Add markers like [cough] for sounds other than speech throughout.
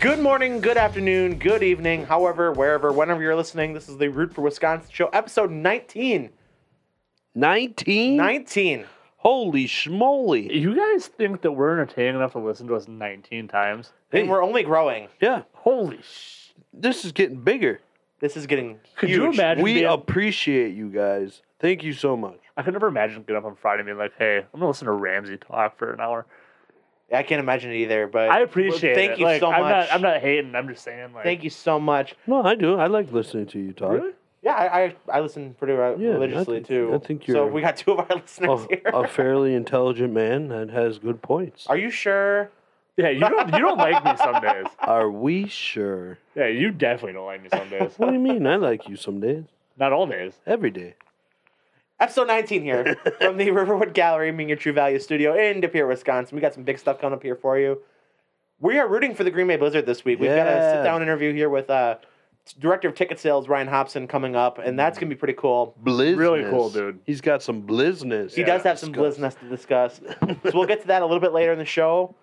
Good morning, good afternoon, good evening, however, wherever, whenever you're listening. This is the Root for Wisconsin show, episode 19. 19? 19. Holy schmoly. You guys think that we're entertaining enough to listen to us 19 times? And we're only growing. Yeah, Holy sh! this is getting bigger. This is getting Could huge. you imagine? We being- appreciate you guys. Thank you so much. I could never imagine getting up on Friday and being like, "Hey, I'm gonna listen to Ramsey talk for an hour." I can't imagine it either, but I appreciate thank it. you Like, so I'm much. Not, I'm not hating. I'm just saying, like, thank you so much. No, I do. I like listening to you talk. Really? Yeah, I, I, I listen pretty re- Yeah, I religiously think- too. I think So you're- we got two of our [laughs] listeners [laughs] A, here. a fairly intelligent man that has good points. Are you sure? Yeah, you don't. [laughs] You don't like me some days. Are we sure? Yeah, you definitely don't like me some days. [laughs] What do you mean? I like you some days. Not all days. Every day. Episode 19 here from the Riverwood Gallery, being your true value studio in De Pere, Wisconsin. We got some big stuff coming up here for you. We are rooting for the Green Bay Blizzard this week. We've got a Yeah. sit down interview here with uh, Director of Ticket Sales, Ryan Hobson, coming up, and that's going to be pretty cool. Blizzness. Really cool, dude. He's got some blizzness. He does have some blizzness to discuss. so we'll get to that a little bit later in the show.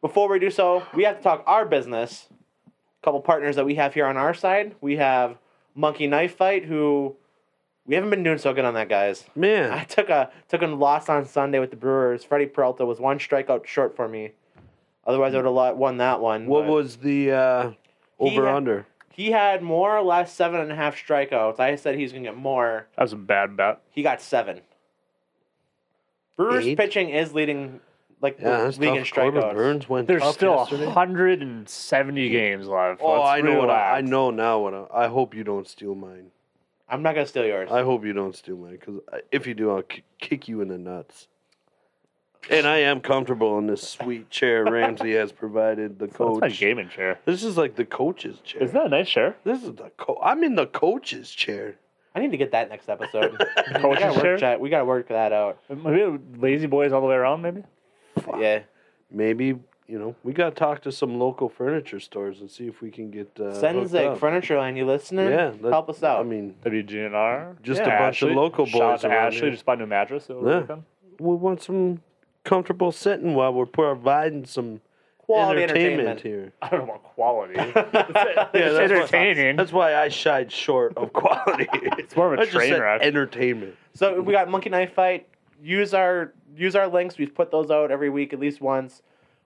Before we do so, we have to talk our business. A couple partners that we have here on our side. We have Monkey Knife Fight, who we haven't been doing so good on that, guys. I Man, took a took a loss on Sunday with the Brewers. Freddie Peralta was one strikeout short for me. Otherwise, I would have lo- won that one. what but was the uh, He had- over under? he had more or less seven and a half strikeouts. I said he's gonna get more. That was a bad bet. He got seven. Brewers Eight? pitching is leading like the Yeah, that's league in tough. Corbin strikeouts. Burns went There's tough still yesterday. 170 games left. Oh, Let's I know what I, I relax. know now. What I, I hope you don't steal mine. I'm not gonna steal yours. I hope you don't steal mine because if you do, I'll k- kick you in the nuts. And I am comfortable in this sweet chair Ramsey has provided. The That's my coach. gaming chair. This is like the coach's chair. Isn't that a nice chair? this is the co- I'm in the coach's chair. I need to get that next [laughs] episode. we, Coach's gotta chair? work that, we gotta work that out. Maybe lazy boys all the way around. Maybe. Fuck. Yeah. Maybe you know we gotta talk to some local furniture stores and see if we can get uh, hooked Senzig up. Furniture Line, you listening? Yeah, that- Help us out. I mean, WGNR. Just a bunch of local Shout out boys to around Ashley, here. just buy a new mattress. over the Yeah. weekend. we want some comfortable sitting while we're providing some Quality entertainment entertainment. here. I don't know about quality. [laughs] [laughs] it's Yeah, that's what- entertaining. That's why I shied short of quality. it's more of a a train wreck. Entertainment. So we got Monkey Knife Fight. Use our use our links. We've put those out every week at least once.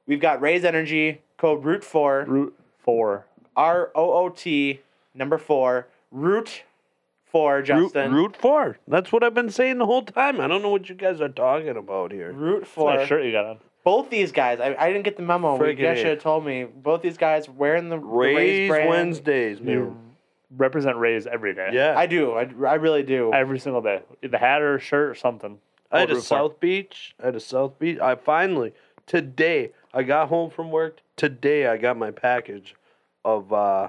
We've got Raise Energy code Root Four [laughs] Route four. R O O T number four Root Four Root, Justin Root, root for. That's what I've been saying the whole time. I don't know what you guys are talking about here. What Four. shirt you got on? Both these guys, I, I didn't get the memo. Friggin' you guys A. should have told me. Both these guys wearing the the Raise, Raise brand. Wednesdays, man. You represent Rays every day. Yeah, I do. I, I really do. Every single day. The hat or shirt or something. I had Or a root for. South Beach. I had a South Beach. I finally today I got home from work. Today I got my package of uh,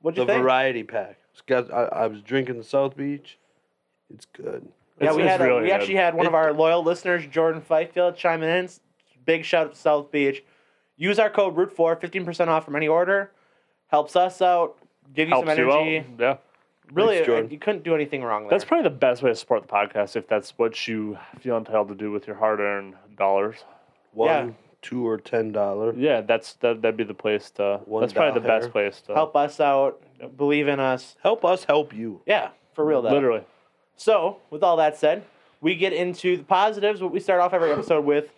What'd the you think? variety pack. It's got, I, I was drinking the South Beach. It's good. yeah, It's- we it's had a- really we good. actually had one of It- our loyal listeners, Jordan Feifield, chiming in. Big shout out to South Beach. Use our code Root Four, fifteen percent off from any order. Helps us out. Give you Helps some you out. energy. Yeah. Really, Thanks, Jordan. you couldn't do anything wrong there. That's probably the best way to support the podcast if that's what you feel entitled to do with your hard earned dollars. One, Yeah. two, or ten dollar. Yeah, that's that, that'd be the place to. One that's probably the dollar. best place to help us out. Believe in us. Help us help you. Yeah, for real though. Literally. So, with all that said, we get into the positives. What we start off every episode with,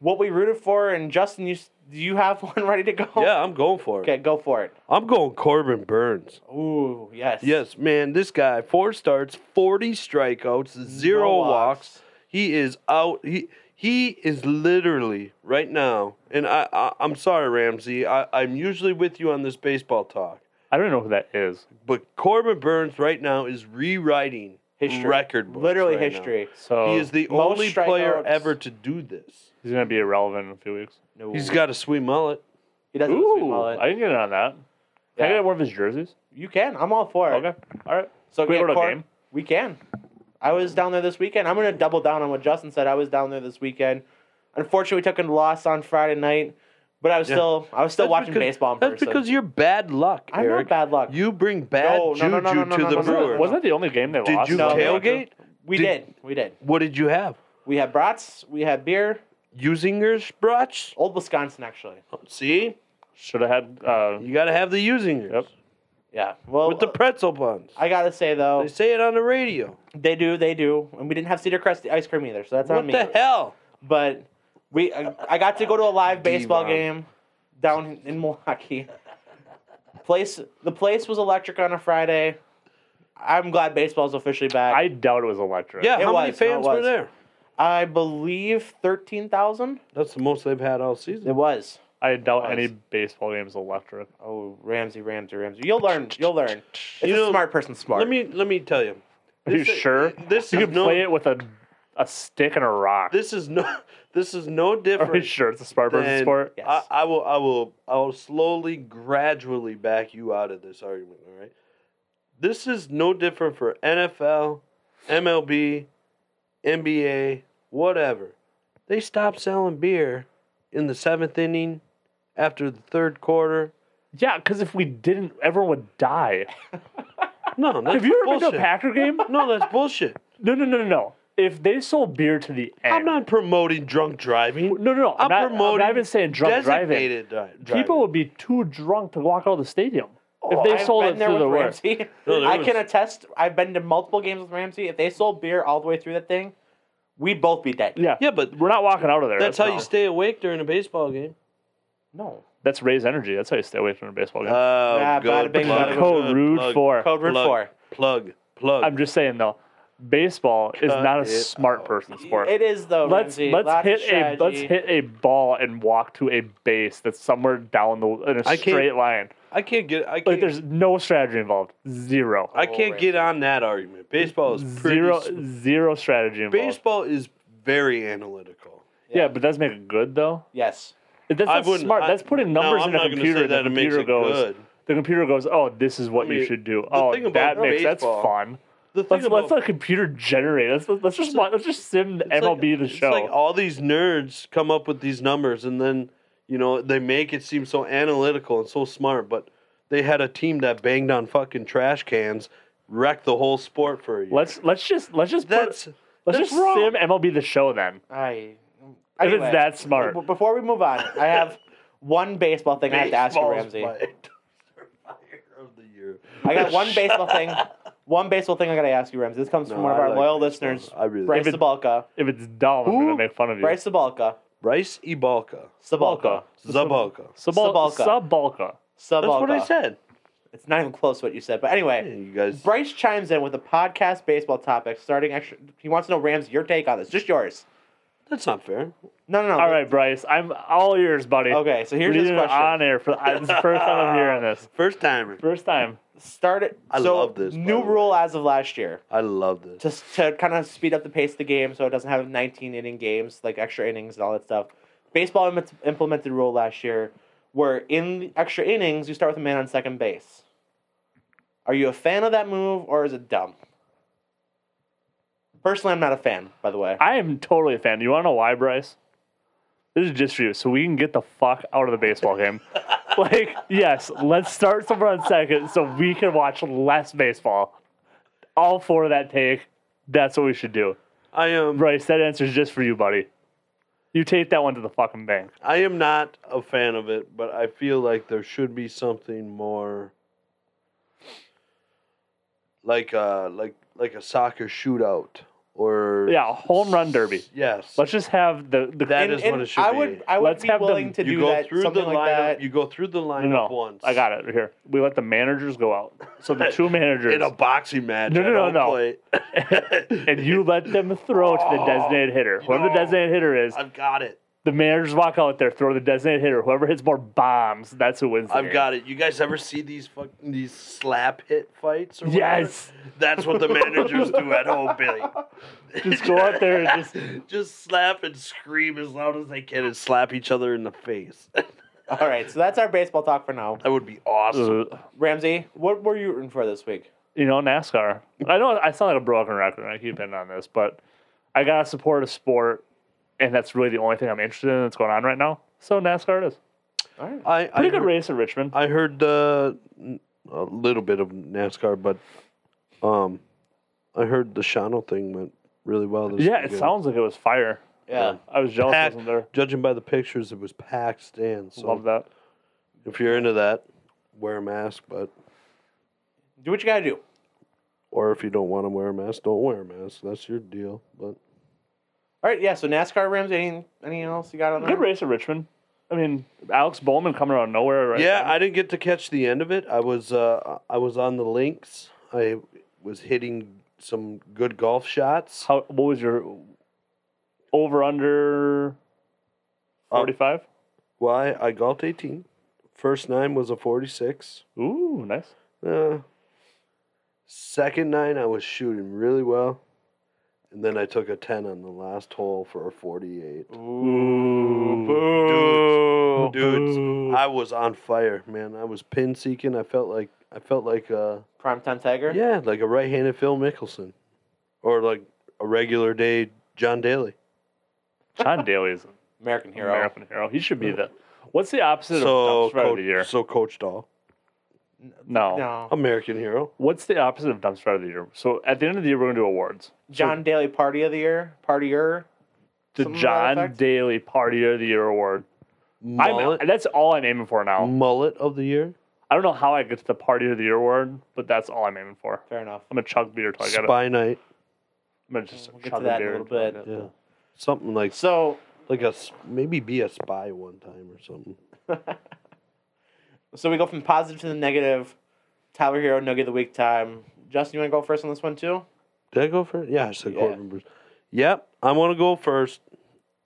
what we rooted for, and Justin, you s- do you have [laughs] one ready to go? Yeah, I'm going for it. Okay, go for it. I'm going Corbin Burns. Ooh, yes. Yes, man, this guy, four starts, 40 strikeouts, zero No walks. walks. He is out. He he is literally right now. And I, I I'm sorry, Ramsey. I, I'm usually with you on this baseball talk. I don't know who that is. But Corbin Burns right now is rewriting History. record books. Literally right now. history. So He is the Most only player strikeouts. ever to do this. he's going to be irrelevant in a few weeks. No. He's got a sweet mullet. He doesn't have a sweet Ooh, mullet. I can get in on that. Can I Yeah. get one of his jerseys? you can. I'm all for it. Okay. All right. So Can we yeah, go to a Cor- game? We can. I was down there this weekend. I'm gonna double down on what Justin said. I was down there this weekend. Unfortunately, we took a loss on Friday night, but I was Yeah. still I was still That's watching because- baseball in That's person. because you're bad luck, I'm not Eric. bad luck. You bring bad No, no, juju no, no, no, no, to no, the no, no, no. Brewers. Wasn't that the only game they Did lost? you No. tailgate? we did- did, we did. What did you have? We had brats. We had beer. Usinger's brats? Old Wisconsin, actually. See? Should have had. Uh, You got to have the using yours. Yep. Yeah. Well, With the pretzel buns. I gotta say though, they say it on the radio. they do, they do, and we didn't have Cedar Crest ice cream either, so that's on What me. the hell? But we, I, I got to go to a live baseball D-Von. game down in Milwaukee. Place the place was electric on a Friday. I'm glad baseball's officially back. I doubt it was electric. Yeah, It how many was, no, it fans were was. there? I, believe thirteen thousand. That's the most they've had all season. It was. I doubt Was. any baseball game is electric. Oh, Ramsey, Ramsey, Ramsey. You'll learn. You'll learn. It's You know, a smart person, smart. Let me let me tell you. Are you This- sure? This you is can no. play it with a a stick and a rock. This is no. [laughs] This is no Are you different. sure it's a smart person than- sport? Yeah. I, I will. I will. I will slowly, gradually back you out of this argument. All right. This is no different for NFL, MLB, NBA, whatever. They stopped selling beer in the seventh inning, after the third quarter. Yeah, because if we didn't, everyone [laughs] would die. No, that's Have you ever bullshit. been to a Packer [laughs] game? No, that's bullshit. No, no, no, no, no. If they sold beer to the end, I'm not promoting drunk driving. No, no, no. I'm I'm, not, I'm promoting not even saying drunk driving. Designated dri- driving. People would be too drunk to walk out of the stadium Oh, if they I've sold been it there through with the worst. Ramsey. No, there I was- can attest. I've been to multiple games with Ramsey. If they sold beer all the way through that thing, we'd both be dead. Yeah, Yeah, but we're not walking out of there. that's how no. you stay awake during a baseball game. No. That's raise energy. That's how you stay away from a baseball game. Oh, Ah, good bada bing, plug, bada boom. Code good rude plug, for. Code Red plug, 4. Plug, plug. I'm just saying though, baseball is Cut not a it smart person sport. It is though. let's Ramsey. let's Lots of hit a let's strategy. hit a ball and walk to a base that's somewhere down the in a I can't- straight line. I can't get. I Like can't. there's no strategy involved. Zero. I can't Oh, get on that argument. Baseball is pretty. Zero s- zero strategy involved. Baseball is very analytical. yeah. but that's make it good though. Yes. That's I not wouldn't- smart. I- that's putting numbers no, I'm in a not gonna computer. Say and the that it makes computer it goes. good. The computer goes. Oh, this is what mean, you should do. the Oh, thing about that makes that's baseball- fun. The thing Let's, about let's let a computer generate. Let's let's just watch, let's just sim It's like- MLB the it's show. like all these nerds come up with these numbers and then, you know, they make it seem so analytical and so smart, but they had a team that banged on fucking trash cans, wrecked the whole sport for you. let's let's just let's just put, that's that's let's just wrong. sim MLB the show then. I. If Anyway, it's that smart. b- Before we move on, I have [laughs] one baseball thing I have to ask you, Baseball's Ramsey. my [laughs] player of the year. I got one baseball thing. [laughs] One baseball thing I got to ask you, Ramsey. This comes from No, one of I our like loyal baseball. listeners, I really Bryce If it- Sabalka. If it's dumb, I'm Who? gonna make fun of you. Bryce Sabalka. Bryce Ibalka. Sabalka. Zabalka. Sabal- Sabalka. Sabalka. Sabalka. That's what I said. It's not even close to what you said, but Yeah, anyway. you guys Bryce chimes in with a podcast baseball topic starting extra. He wants to know Rams your take on this, just yours. that's not fair. No, no, no. All right, Bryce. I'm all ears, buddy. Okay, so here's Leave his it question. on air for I- this is the first time I'm [laughs] hearing this. First timer. First time. Start it. I so, love this, by New the way. rule as of last year I love this. to, to kind of speed up the pace of the game so it doesn't have 19 inning games, like extra innings and all that stuff. Baseball im- implemented rule last year where in the extra innings, you start with a man on second base. Are you a fan of that move or is it dumb? Personally, I'm not a fan, by the way. I am totally a fan. You want to know why, Bryce? This is just for you, so we can get the fuck out of the [laughs] baseball game. like, yes, let's start somewhere on second, so we can watch less baseball. All for that take. That's what we should do, I am Bryce. That answer's just for you, buddy. You take that one to the fucking bank. I am not a fan of it, but I feel like there should be something more like uh like like a soccer shootout or Yeah, home run derby. Yes. Let's just have the the That is what it should I be. would, I would Let's be have them- willing to you do go that, through something the like lineup that. you go through the lineup no, once. I got it here. We let the managers go out. [laughs] So the two managers In a boxing match. No, no, I don't no, no. [laughs] play- and you let them throw to [laughs] Oh. the designated hitter. Whoever the no. designated hitter is, I've got it. the managers walk out there, throw the designated hitter. Whoever hits more bombs, that's who wins. The I've game. got it. You guys ever see these fucking these slap hit fights or whatever? Yes. That's what the managers do at home, Billy. [laughs] Just go out there and just [laughs] just slap and scream as loud as they can and slap each other in the face. [laughs] that All right, so that's our baseball talk for now. would be awesome. Ugh. Ramsey, what were you rooting for this week? you know NASCAR. I know I sound like a broken record. and I keep hitting on this, but I gotta support a sport, and that's really the only thing I'm interested in that's going on right now. So NASCAR it is. All right. I I Pretty good heard, race in Richmond. I heard uh, n- a little bit of NASCAR, but um, I heard the Shano thing went really well. This yeah, it weekend. sounds like it was fire. Yeah. I was jealous I packed. wasn't there. Judging by the pictures, it was packed stands. So Love that. If you're into that, wear a mask, but Do what you gotta do. or if you don't want to wear a mask, don't wear a mask. That's your deal. But All right, yeah. So NASCAR rims. Any anything else you got on there? Good race at Richmond. I mean, Alex Bowman coming out of nowhere, right? yeah, then. I didn't get to catch the end of it. I was uh, I was on the links. I was hitting some good golf shots. How, what was your over under Oh. 45? Why I golfed 18. First nine was a 46. Ooh, nice. Uh, second nine, I was shooting really well. And then I took a 10 on the last hole for a 48. Ooh, boo. boo. Dudes, Boo. I was on fire, man. I was pin seeking. I felt like I felt like uh Primetime Tiger. yeah, like a right-handed Phil Mickelson or like a regular day John Daly. John Daly is an American hero. American hero. He should be the. What's the opposite So of dumpster out of the year? coach, so coach Dahl, No. No, American hero. What's the opposite of dumpster out of the year? So at the end of the year, we're gonna do awards. John Daly Party of the Year. Partier. The Something to that John effect? Daly Party of the Year award. Mullet, Mm. I'm, that's all I'm aiming for now. mullet of the year. I don't know how I get to the Party of the Year award, but that's all I'm aiming for. Fair enough. I'm gonna chug beer till I get it. I'm Spy night. gonna just We'll get chug to a that in beer a little till I bit. get it. Yeah. Something like So like a s- maybe be a spy one time or something. So we go from positive to the negative. Tyler Hero, Nugget of the Week time. Justin, you want to go first on this one too? Did I go first? Yeah, I said Yeah. Corbin Burns. Yep, I want to go first.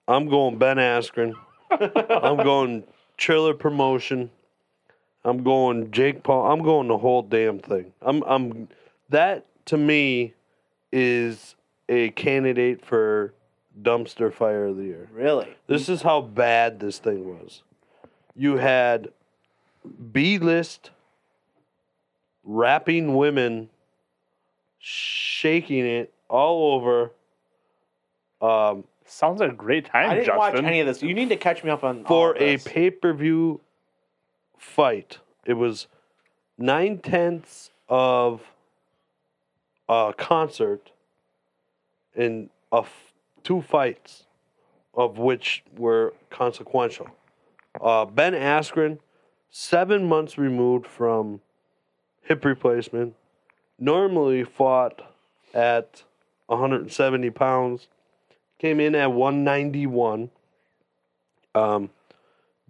I'm going Ben Askren. I'm going Triller Promotion. I'm going Jake Paul. I'm going the whole damn thing. I'm I'm that to me is a candidate for dumpster fire of the year. Really? This is how bad this thing was. You had B list rapping women shaking it all over. Um, Sounds like a great time, I didn't Justin. watch any of this. You need to catch me up on all for of a this. pay per view fight. It was nine tenths of a concert and a f- two fights, of which were consequential. Uh, ben Askren, seven months removed from hip replacement, normally fought at 170 pounds, came in at 191. Um,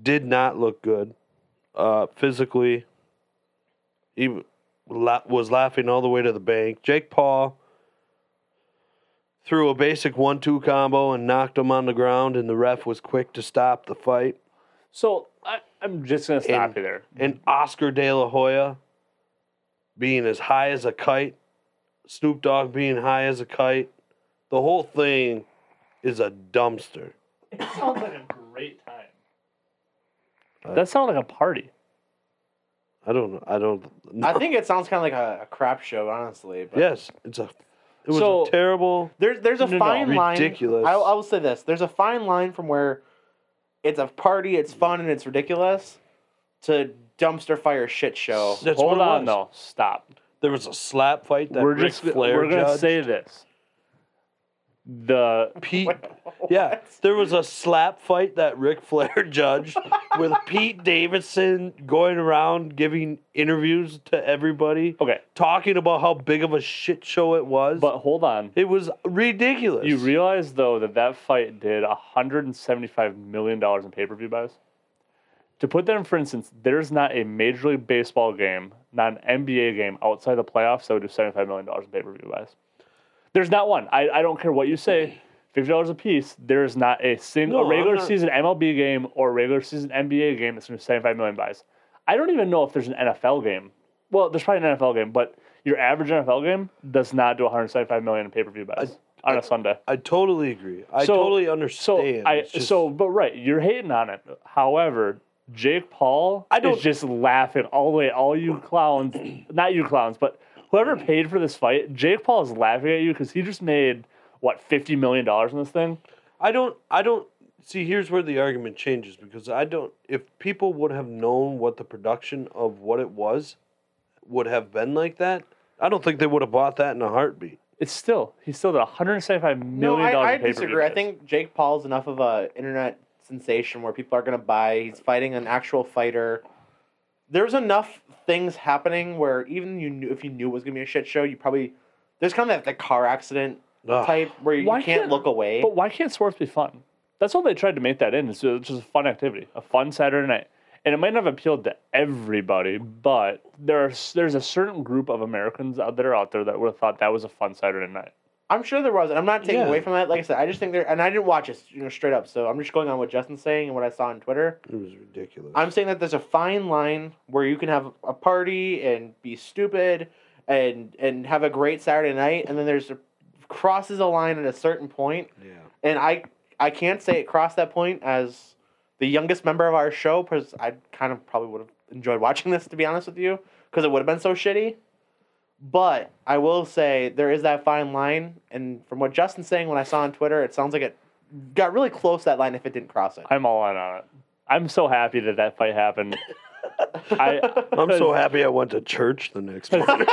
did not look good uh, physically. He w- la- was laughing all the way to the bank. Jake Paul threw a basic one-two combo and knocked him on the ground, and the ref was quick to stop the fight. So I, I'm just gonna stop And- you there. And Oscar De La Hoya being as high as a kite, Snoop Dogg being high as a kite, the whole thing is a dumpster. It sounds like a great time. that sounds like a party. I don't know. I don't. I think it sounds kind of like a, a crap show, honestly. But yes, it's a. It was So- a terrible. There's there's a No, no, fine line. ridiculous. I, I will say this. There's a fine line from where it's a party, it's fun, and it's ridiculous, to dumpster fire shit show. That's Hold what it on, was. though. Stop. There was a slap fight that we're Ric just Flair we're gonna judged. say this. The Pete. Yeah, there was a slap fight that Ric Flair [laughs] judged with Pete Davidson going around giving interviews to everybody, okay, talking about how big of a shit show it was. Oh. but hold on. it was ridiculous. You realize though that that fight did 175 million dollars in pay-per-view buys. To put that in, for instance, there's not a Major League Baseball game, not an NBA game outside the playoffs that would do 75 million dollars in pay-per-view buys. There's not one. I, I don't care what you say. Fifty dollars a piece. There is not a single No, I'm regular not- season MLB game or regular season NBA game that's going to 75 million buys. I don't even know if there's an NFL game. Well, there's probably an NFL game, but your average NFL game does not do 175 million in pay-per-view buys on a Sunday. I totally agree. I So- totally So understand. I It's just- so but right, you're hating on it. However, Jake Paul I don't- is just laughing all the way. All you clowns, [clears throat] not you clowns, but whoever Mm. paid for this fight, Jake Paul is laughing at you because he just made what fifty million dollars in this thing. I don't I don't see here's where the argument changes because I don't if people would have known what the production of what it was would have been like that, I don't think they would have bought that in a heartbeat. It's still he still did one hundred seventy-five million No, I, dollars. I in pay-per-view disagree. I buys. think Jake Paul's enough of a internet sensation where people are gonna buy. He's fighting an actual fighter. there's enough things happening where even you knew, if you knew it was gonna be a shit show, you probably there's kind of that the car accident Ugh. type where you Why can't, can't- look away. But why can't sports be fun? That's all they tried to make that in. It's ju- just a fun activity, a fun Saturday night, and it might not have appealed to everybody, but there's there's a certain group of Americans out there out there that would have thought that was a fun Saturday night. I'm sure there was, and I'm not taking Yeah. away from that. Like I said, I just think there, and I didn't watch it, you know, straight up. So I'm just going on what Justin's saying and what I saw on Twitter. It was ridiculous. I'm saying that there's a fine line where you can have a party and be stupid and and have a great Saturday night, and then there's a, crosses a line at a certain point, yeah. and I I can't say it crossed that point as the youngest member of our show because I kind of probably would have enjoyed watching this to be honest with you because it would have been so shitty. But I will say there is that fine line, and from what Justin's saying, when I saw on Twitter, it sounds like it got really close to that line if it didn't cross it. I'm all in on it. I'm so happy that that fight happened. I I'm so happy I went to church the [laughs] next morning.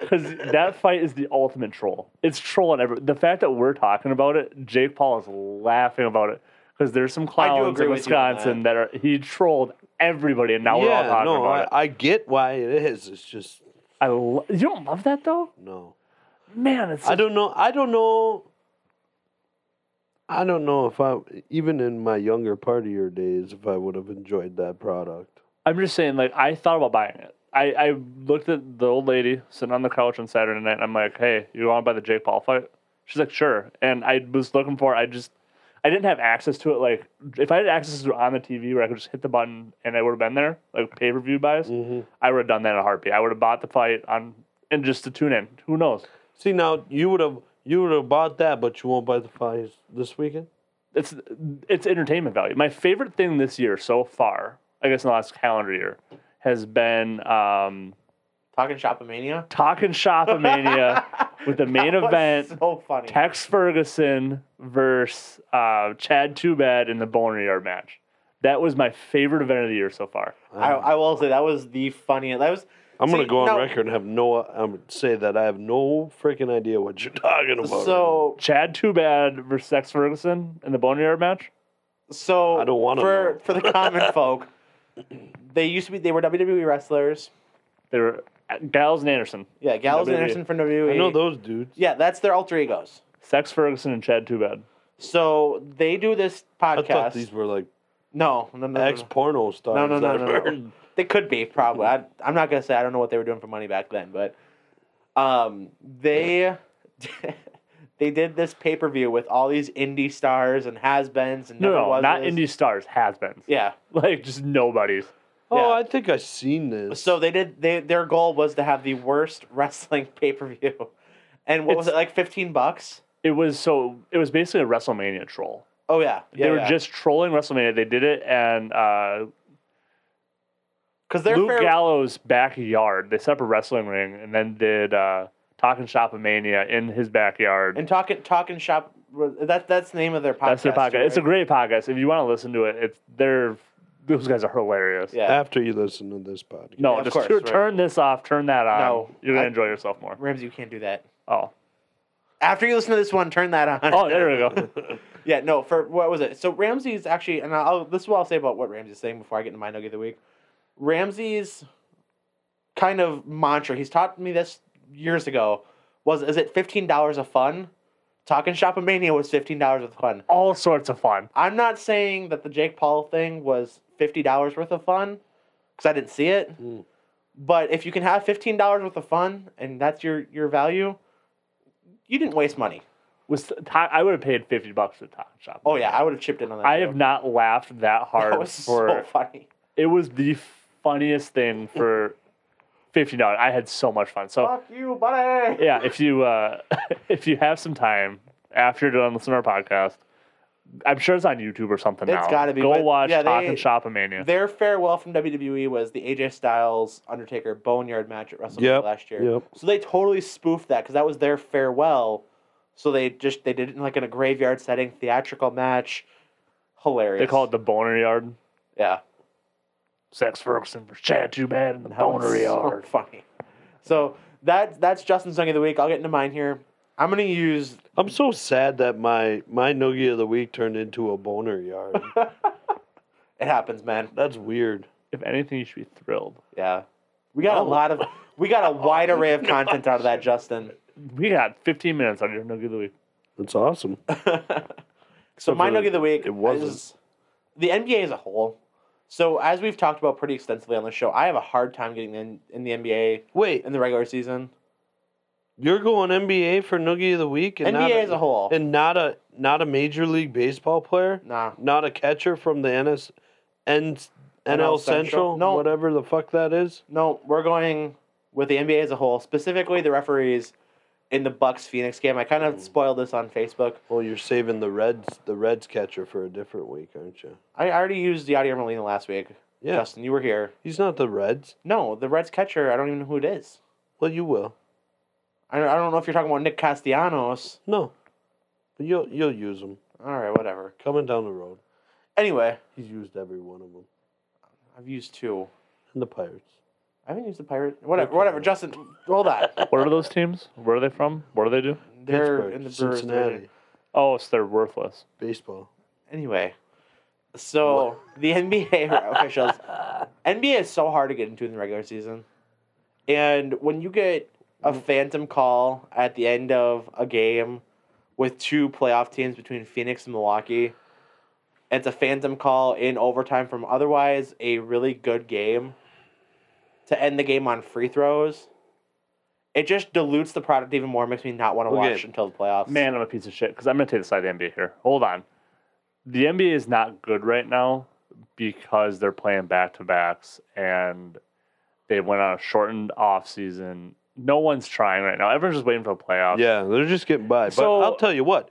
because that fight is the ultimate troll. It's trolling every. The fact that we're talking about it, Jake Paul is laughing about it because there's some clowns agree in with you on Wisconsin that. are he trolled everybody, and now we're all yeah, talking no, about I, it. I get why it is. It's just I lo- you don't love that though, no. man. It's I don't know. I don't know. I don't know if I, even in my younger partier days, if I would have enjoyed that product. I'm just saying, like I thought about buying it. I, I looked at the old lady sitting on the couch on Saturday night, and I'm like, "Hey, you want to buy the Jake Paul fight?" She's like, "Sure." And I was looking for. it. I just I didn't have access to it. Like if I had access to it on the TV where I could just hit the button and I would have been there, like pay per view buys, Mm-hmm. I would have done that in a heartbeat. I would have bought the fight on and just to tune in. Who knows? See now, you would have you would have bought that, but you won't buy the flies this weekend. it's it's entertainment value. My favorite thing this year so far, I guess in the last calendar year, has been um, [laughs] Talking Shopomania. [laughs] Talking Shopomania with the main That was event So funny. Tex Ferguson versus uh, Chad Tubad in the Boneyard match. That was my favorite event of the year so far. I, I will say that was the funniest. That was. I'm gonna See, go on now- record and have no. I'm gonna say that I have no freaking idea what you're [laughs] talking about. So Chad Tubad versus Tex Ferguson in the Boneyard match. so I don't wanna for know. for the [laughs] common folk. They used to be. They were WWE wrestlers. They were Gals and Anderson, Yeah, Gallows and WWE. Anderson from WWE. E. I know those dudes. Yeah, that's their alter egos. Tex Ferguson and Chad Tubad. So they do this I thought podcast. these were like No, no, no, no, ex no. porno stars. No, no, no, I've no, no. heard. They could be probably. I, I'm not gonna say I don't know what they were doing for money back then, but um, they [laughs] they did this pay per view with all these indie stars and has-beens and No, never no, was not indie stars, has-beens. Yeah. [laughs] Like just nobodies. [laughs] Oh, Yeah. I think I've seen this. So they did. They, their goal was to have the worst [laughs] wrestling pay per view, and what was it It's- like? Fifteen bucks. It was so. It was basically a WrestleMania troll. Oh yeah, yeah they were yeah. just trolling WrestleMania. They did it and uh, because they're Luke fair, Gallows' backyard. They set up a wrestling ring and then did uh, Talking Shop of Mania in his backyard. and talking talking shop. That that's the name of their podcast. That's their podcast. It's a right? great podcast. If you want to listen to it, it's they're those guys are hilarious. yeah. After you listen to this podcast, No, Yeah, of just course, tu- right. turn this off. Turn that on. No, You're gonna I- enjoy yourself [laughs] more. Ramsey, you can't do that. Oh, After you listen to this one, turn that on. [laughs] oh, there we go. Yeah, no, for what was it? So Ramsey's actually, and I'll, this is what I'll say about what Ramsey's saying before I get into my nugget of the week. Ramsey's kind of mantra, he's taught me this years ago, was is it $15 of fun? Talking Shop of Mania was $15 of fun. All sorts of fun. I'm not saying that the Jake Paul thing was $50 worth of fun because I didn't see it. Mm. But if you can have $15 worth of fun and that's your, your value, you didn't waste money. Was ta- I would have paid fifty bucks for Talking Shop. Oh, yeah, I would have chipped in on that. I too. have not laughed that [laughs] hard That was for so funny. it was the funniest thing for fifty dollars. I had so much fun. So Fuck you, buddy. yeah, if you uh, [laughs] if you have some time after you're done listening to our podcast, I'm sure it's on YouTube or something It's now. gotta be, Go but watch yeah, Talking they- Shop Mania. Their farewell from WWE was the AJ Styles Undertaker Boneyard match at WrestleMania Yep, last year. yep. So they totally spoofed that because that was their farewell. So they just they did it in like in a graveyard setting, theatrical match. Hilarious. They call it the Boner Yard. yeah. Sex Ferguson for Chad Too Bad in the That was Boner Yard. So funny. So that that's Justin's song of the week. I'll get into mine here. I'm gonna use I'm so sad that my my [laughs] noogie of the week turned into a boner yard. it happens, man. That's weird. if anything, you should be thrilled. Yeah. We got a No. lot of we got a wide array of content out of that, Justin. We got 15 minutes on your no good of the week. That's awesome. [laughs] So my for nugget of the week it wasn't. is the NBA as a whole. So as we've talked about pretty extensively on the show, I have a hard time getting in, in the NBA Wait, in the regular season. you're going NBA for Noogie of the Week and not NBA as a whole. and not a not a Major League Baseball player, nah. not a catcher from the NS, N, NL NL Central, Central? No. whatever the fuck that is. No, we're going with the NBA as a whole, specifically the referees in the Bucks Phoenix game. I kind of spoiled this on Facebook. Well, you're saving the Reds the Reds catcher for a different week, aren't you? I already used Yadier Molina last week. Yeah, Justin, you were here. he's not the Reds. No, the Reds catcher, I don't even know who it is. Well, you will. I, I don't know if you're talking about Nick Castellanos. No, but you'll you'll use him All right, whatever. coming down the road. Anyway, He's used every one of them, I've used two. and the Pirates. I haven't used the pirate. Whatever, Okay. whatever. Justin, hold on. What are those teams? Where are they from? What do they do? They're Pittsburgh, in the Brewers Cincinnati division. Oh, so they're worthless. baseball. Anyway, so [laughs] the NBA [laughs] officials. NBA is so hard to get into in the regular season, and when you get Mm-hmm. a phantom call at the end of a game with two playoff teams between Phoenix and Milwaukee, it's a phantom call in overtime from otherwise a really good game to end the game on free throws. It just dilutes the product even more, makes me not want to Okay. watch until the playoffs. Man, I'm a piece of shit because I'm going to take the side of the NBA here. Hold on. The NBA is not good right now because they're playing back to backs and they went on a shortened off season. No one's trying right now. Everyone's just waiting for the playoffs. Yeah, they're just getting by. But So- I'll tell you what,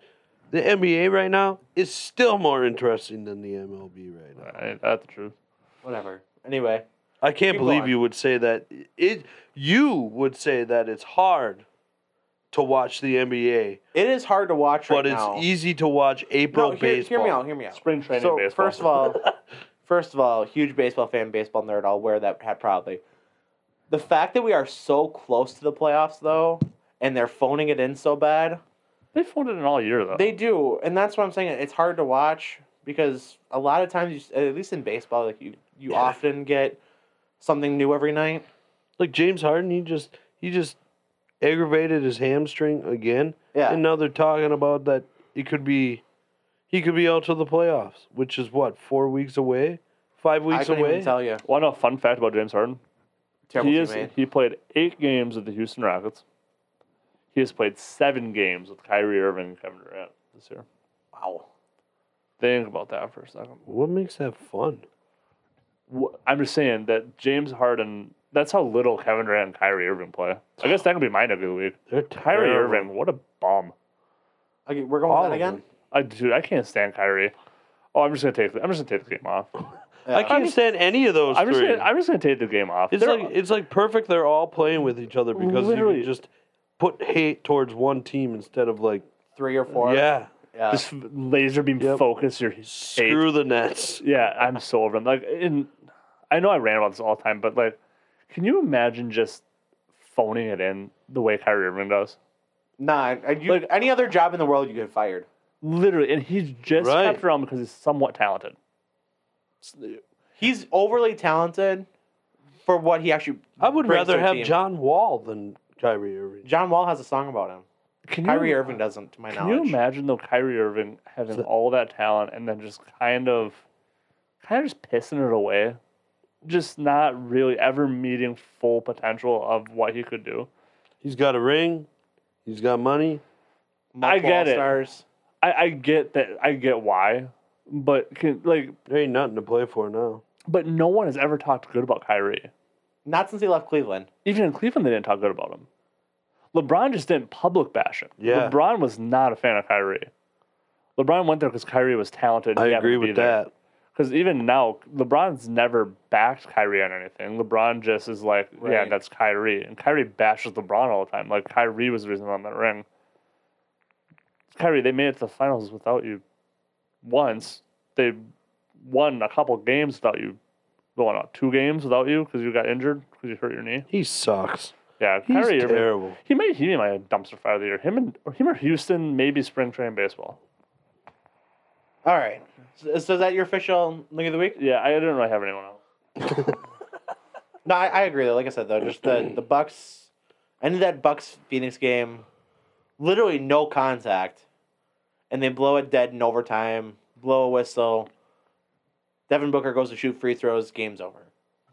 the NBA right now is still more interesting than the MLB right now. Right, that's the truth. whatever. Anyway, I can't Keep believe going. you would say that. It you would say that it's hard to watch the NBA, it is hard to watch right but it's now. easy to watch April No, hear, baseball. hear me out. Hear me out. Spring training so baseball. first of all, first of all, huge baseball fan, baseball nerd. I'll wear that hat proudly. The fact that we are so close to the playoffs, though, and they're phoning it in so bad, they folded it all year, though. they do, and that's what I'm saying. It's hard to watch because a lot of times, you, at least in baseball, like you, you often get something new every night. Like James Harden, he just he just aggravated his hamstring again, Yeah, and now they're talking about that it could be he could be out to the playoffs, which is what four weeks away, five I weeks couldn't away. even tell you. Want to know a fun fact about James Harden? Terrible He teammate. is, he played eight games with the Houston Rockets. He has played seven games with Kyrie Irving and Kevin Durant this year. Wow. Think about that for a second. What makes that fun? Wh- I'm just saying that James Harden. That's how little Kevin Durant and Kyrie Irving play. I guess that could be my nugget of the week. They're Kyrie terrible. Irving, what a bomb! Okay, we're going All with that of again. them. I dude, I can't stand Kyrie. Oh, I'm just gonna take. The, I'm just gonna take the [laughs] game off. I Yeah. can't stand any of those I'm just. three. Gonna, I'm just gonna take the game off. It's They're- like it's like perfect. They're all playing with each other because you Literally. can just put hate towards one team instead of like Three or four. yeah, Yeah. just laser beam Yep. focus your hate screw the Nets. Yeah, I'm so over them. Like, in, I know I ran about this all the time, but like, can you imagine just phoning it in the way Kyrie Irving does? Nah, and you, any other job in the world, you get fired. Literally, and he's just Right. kept around because he's somewhat talented. He's overly talented for what he actually. I would brings to rather a have team. John Wall than Kyrie Irving. John Wall has a song about him. Can Kyrie you, Irving doesn't, to my Can you knowledge. imagine though Kyrie Irving having all that talent and then just kind of, kind of just pissing it away, just not really ever meeting full potential of what he could do? He's got a ring. He's got money. Multiple I get it. All-stars. I, I get that. I get why, but can like, There ain't nothing to play for now. but no one has ever talked good about Kyrie. Not since he left Cleveland. even in Cleveland, they didn't talk good about him. LeBron just didn't public bash him. Yeah. LeBron was not a fan of Kyrie. LeBron went there because Kyrie was talented. I agree with that. Because even now, LeBron's never backed Kyrie on anything. LeBron just is like, yeah, Right. that's Kyrie. And Kyrie bashes LeBron all the time. Like, Kyrie was the reason on that ring. Kyrie, they made it to the finals without you once. They won a couple games without you going out two games without you because you got injured because you hurt your knee. He sucks. Yeah, He's Kyrie Irving. terrible. He might he might have dumpster fire of the year. Him and or him or Houston, maybe spring training baseball. All right. So, so is that your official look of the week? Yeah, I didn't really have anyone else. No, I, I agree. Though, like I said, though, just the the Bucks. I knew that Bucks Phoenix game, literally no contact, and they blow it dead in overtime. Blow a whistle. Devin Booker goes to shoot free throws. Game's over.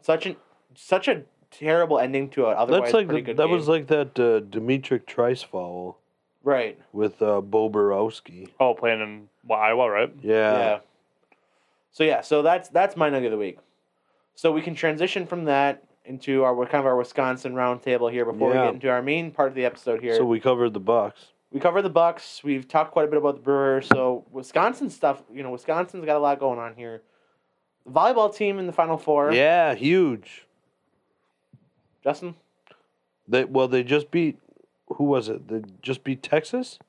Such an such a terrible ending to an otherwise That's like pretty the- good that game. was like that uh, Dimitri Trice foul right. with uh, Bo Borowski. Oh, playing in well, Iowa, right? Yeah. yeah. So yeah, so that's that's my nugget of the week. So we can transition from that into our kind of our Wisconsin roundtable here before we Yeah. get into our main part of the episode here. So we covered the Bucks. we covered the Bucks. We've talked quite a bit about the Brewers. So Wisconsin stuff, you know, Wisconsin's got a lot going on here. volleyball team in the Final Four. Yeah, huge. Justin, They well, they just beat who was it? They just beat Texas,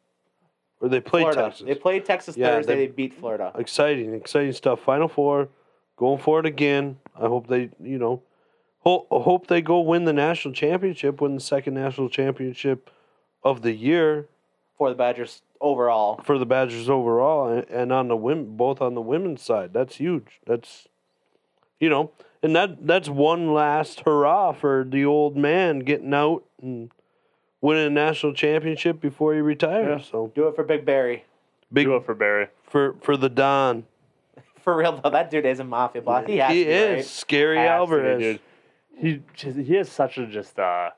or they played Florida. Texas. They played Texas Yeah, Thursday. They, they- beat Florida. exciting, exciting stuff. Final four, going for it again. I hope they, you know, ho- hope they go win the national championship, win the second national championship of the year for the Badgers overall. for the Badgers overall, and, and on the women, both on the women's side. That's huge. That's, you know, and that that's one last hurrah for the old man getting out and winning a national championship before he retires. So Do it for Big Barry. [laughs] big Do it for Barry. for for the Don. For real though, that dude is a mafia boss. He, has he to be, is right? scary Has to be, Alvarez. dude. He just, he has such a just uh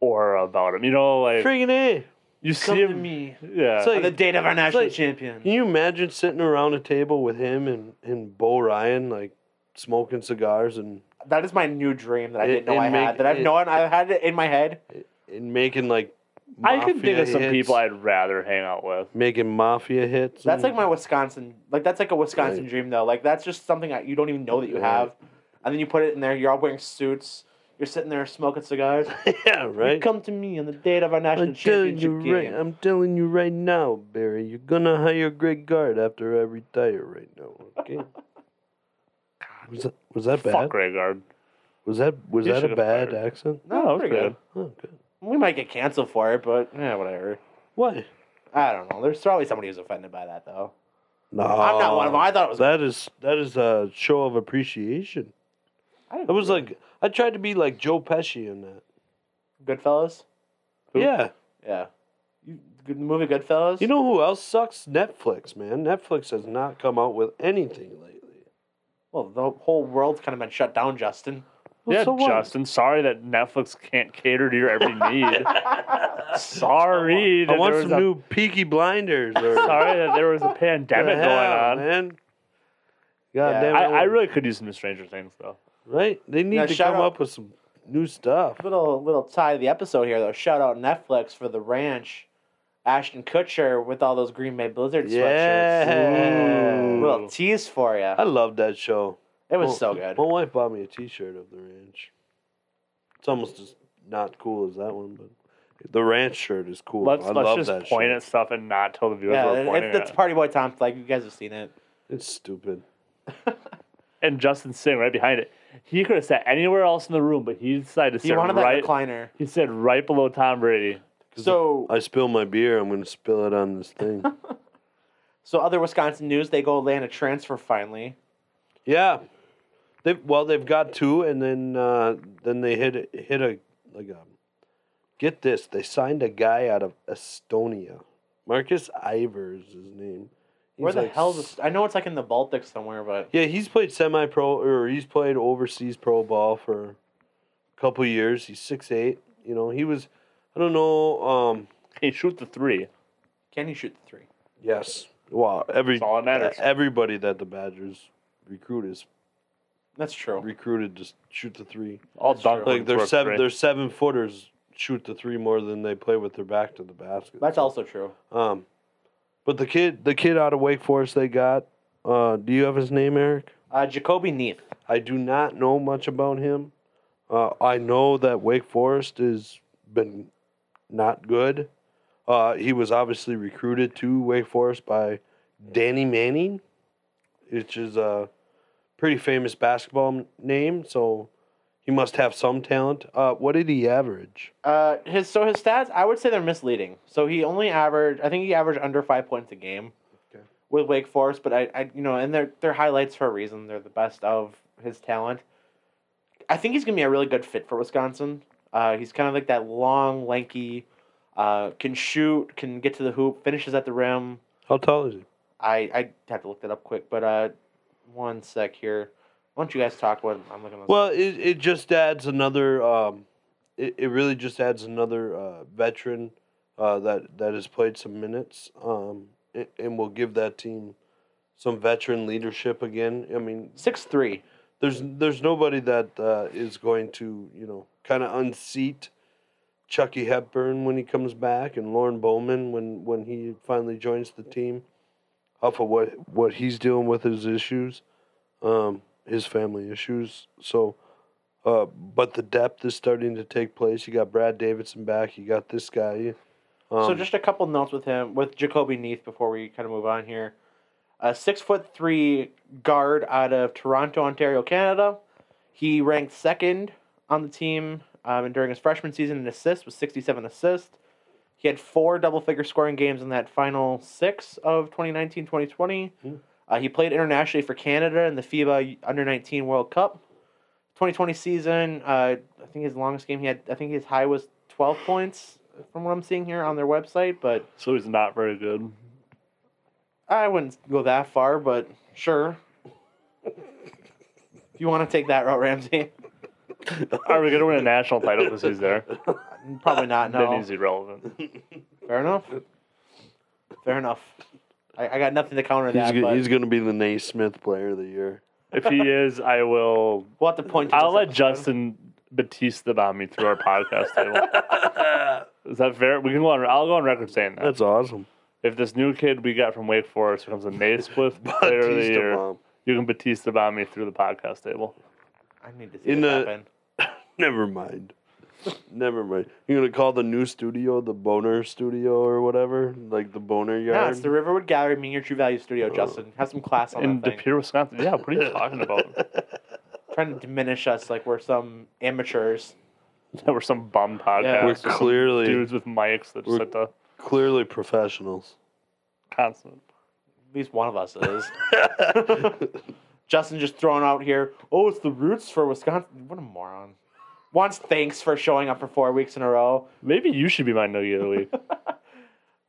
aura about him. You know, like Friggin' A. you Come see to him. me. Yeah. It's like- On the date of our national like- champion. Can you imagine sitting around a table with him and, and Bo Ryan, like smoking cigars and, That is my new dream that I It- didn't know it I make- had. That I've it- known I've had it in my head. and making like I could think mafia of some hits, people I'd rather hang out with. making mafia hits. That's like and- my Wisconsin. Like that's like a Wisconsin Right. dream though. Like that's just something that you don't even know that you Right. have, and then you put it in there. You're all wearing suits. You're sitting there smoking cigars. [laughs] yeah You right. come to me on the date of our national I'm telling championship you right. game. I'm telling you right now, Barry. You're gonna hire Greg Gard after I retire right now. [laughs] Okay. was that was that bad? Fuck Rhaegar. Was that was You that a should've bad fired. accent? No, No, pretty it's good. Oh, good. We might get canceled for it, but yeah, whatever. Why? I don't know. There's probably somebody who's offended by that though. No, I'm not one of them. I thought it was. That is that is a show of appreciation. I didn't I was like, I tried to be like Joe Pesci in that. Goodfellas. Who? Yeah. Yeah. You, good the movie Goodfellas. You know who else sucks? Netflix, man. Netflix has not come out with anything lately. well, the whole world's kind of been shut down, [laughs] Justin. Well, yeah, so what? Justin. Sorry that Netflix can't cater to your every [laughs] need. sorry. I That want there was some a, new Peaky Blinders. [laughs] Or [laughs] Sorry that there was a What the pandemic going hell, on. man. God Yeah. damn it! I, I really could use some new Stranger Things though. right. They need Yeah, to shout come out- up with some new stuff. little little tie to the episode here though. Shout out Netflix for the ranch. Ashton Kutcher with all those Green Bay Blizzard Yeah. sweatshirts. Ooh. Little tease for you. I love that show. It was Well, so good. My wife bought me a T-shirt of the ranch. It's almost as not cool as that one, but the ranch shirt is cool. Let's I love let's that just point shirt. at stuff and not tell the viewers Yeah, we're it, pointing it, it's at. Party Boy Tom Flag. You guys have seen it. It's stupid. And Justin sitting right behind it. He could have sat anywhere else in the room, but he decided to He sit wanted that right. recliner. He said right below Tom Brady. So I spill my beer. I'm gonna spill it on this thing. so other Wisconsin news, they go land a transfer finally. yeah, they well they've got two, and then uh, then they hit a- hit a like a get this. They signed a guy out of Estonia. Marcus Ivor is his name. Where He's the like hell's this? I know it's like in the Baltic somewhere, but Yeah, he's played semi pro or he's played overseas pro ball for a couple years. He's six eight. You know, he was I don't know, um He shoot the three. can he shoot the three? yes. Wow, every That's all that matters. everybody that the Badgers recruit is That's true. recruited just shoot the three. All That's dunk. true. Like ones were their seven three. their seven footers shoot the three more than they play with their back to the basket. That's also true. um but the kid the kid out of Wake Forest they got, uh do you have his name, Eric? Uh, Jacoby Neath. I do not know much about him. Uh, I know that Wake Forest has been not good. Uh, he was obviously recruited to Wake Forest by Danny Manning, which is a pretty famous basketball m- name. So he must have some talent. Uh, what did he average? Uh, his so his stats, I would say they're misleading. So he only averaged, I think he averaged under five points a game Okay. with Wake Forest, but I, I you know, and they're they're highlights for a reason. They're the best of his talent. I think he's gonna be a really good fit for Wisconsin. Uh, he's kind of like that long, lanky, uh, can shoot, can get to the hoop, finishes at the rim. How tall is he? I I have to look that up quick, but uh, one sec here. Why don't you guys talk when I'm looking? This Well, it, it just adds another. Um, it, it really just adds another uh, veteran uh, that that has played some minutes, um, a- and will give that team some veteran leadership again. I mean, six three. there's there's nobody that uh, is going to you know kind of unseat Chucky Hepburn when he comes back and Lauren Bowman when when he finally joins the team off of what what he's dealing with his issues um, his family issues so uh, but the depth is starting to take place you got Brad Davidson back you got this guy um, [laughs] [laughs] so just a couple notes with him with Jacoby Neath before we kind of move on here. A six foot three guard out of Toronto, Ontario, Canada. He ranked second on the team um, and during his freshman season in assists with 67 assists. He had four double figure scoring games in that final six of 2019 2020. Hmm. Uh, he played internationally for Canada in the FIBA Under 19 World Cup. 2020 season, uh, I think his longest game he had, I think his high was 12 points from what I'm seeing here on their website, but So he's not very good. I wouldn't go that far, but sure. if you want to take that route, Ramsey. Are we gonna win a national title because [laughs] he's there? Probably not, Then no. he's irrelevant. Fair enough. Fair enough. I, I got nothing to counter he's, that, go- but he's going to be the Naismith player of [laughs] the year If he is, I will. we'll have to point to I'll this let episode. Justin Batista about me through our podcast table. Is that fair? We can go on. I'll go on record saying that. that's awesome if this new kid we got from Wake Forest becomes a Naismith player of the Batista year, bomb. you can Batista bomb me through the podcast table. I need to see In that the- happen. Never mind. Never mind. You're gonna call the new studio the Boner Studio or whatever, like the Boner No, Yard. Oh. it's the Riverwood Gallery, Mean Your True Value Studio, Justin. Have some class on In that thing. DePere, Wisconsin. Yeah, what are you talking [laughs] about? Trying to diminish us like we're some amateurs. that were some bum Yeah. podcast. We're with some clearly- [laughs] dudes with mics that just We're- had to Clearly professionals. constant. At least one of us [laughs] is. Justin just thrown out here. Oh, it's the roots for Wisconsin. What a moron. Wants thanks for showing up for four weeks in a row. Maybe you should be my noogie of the week.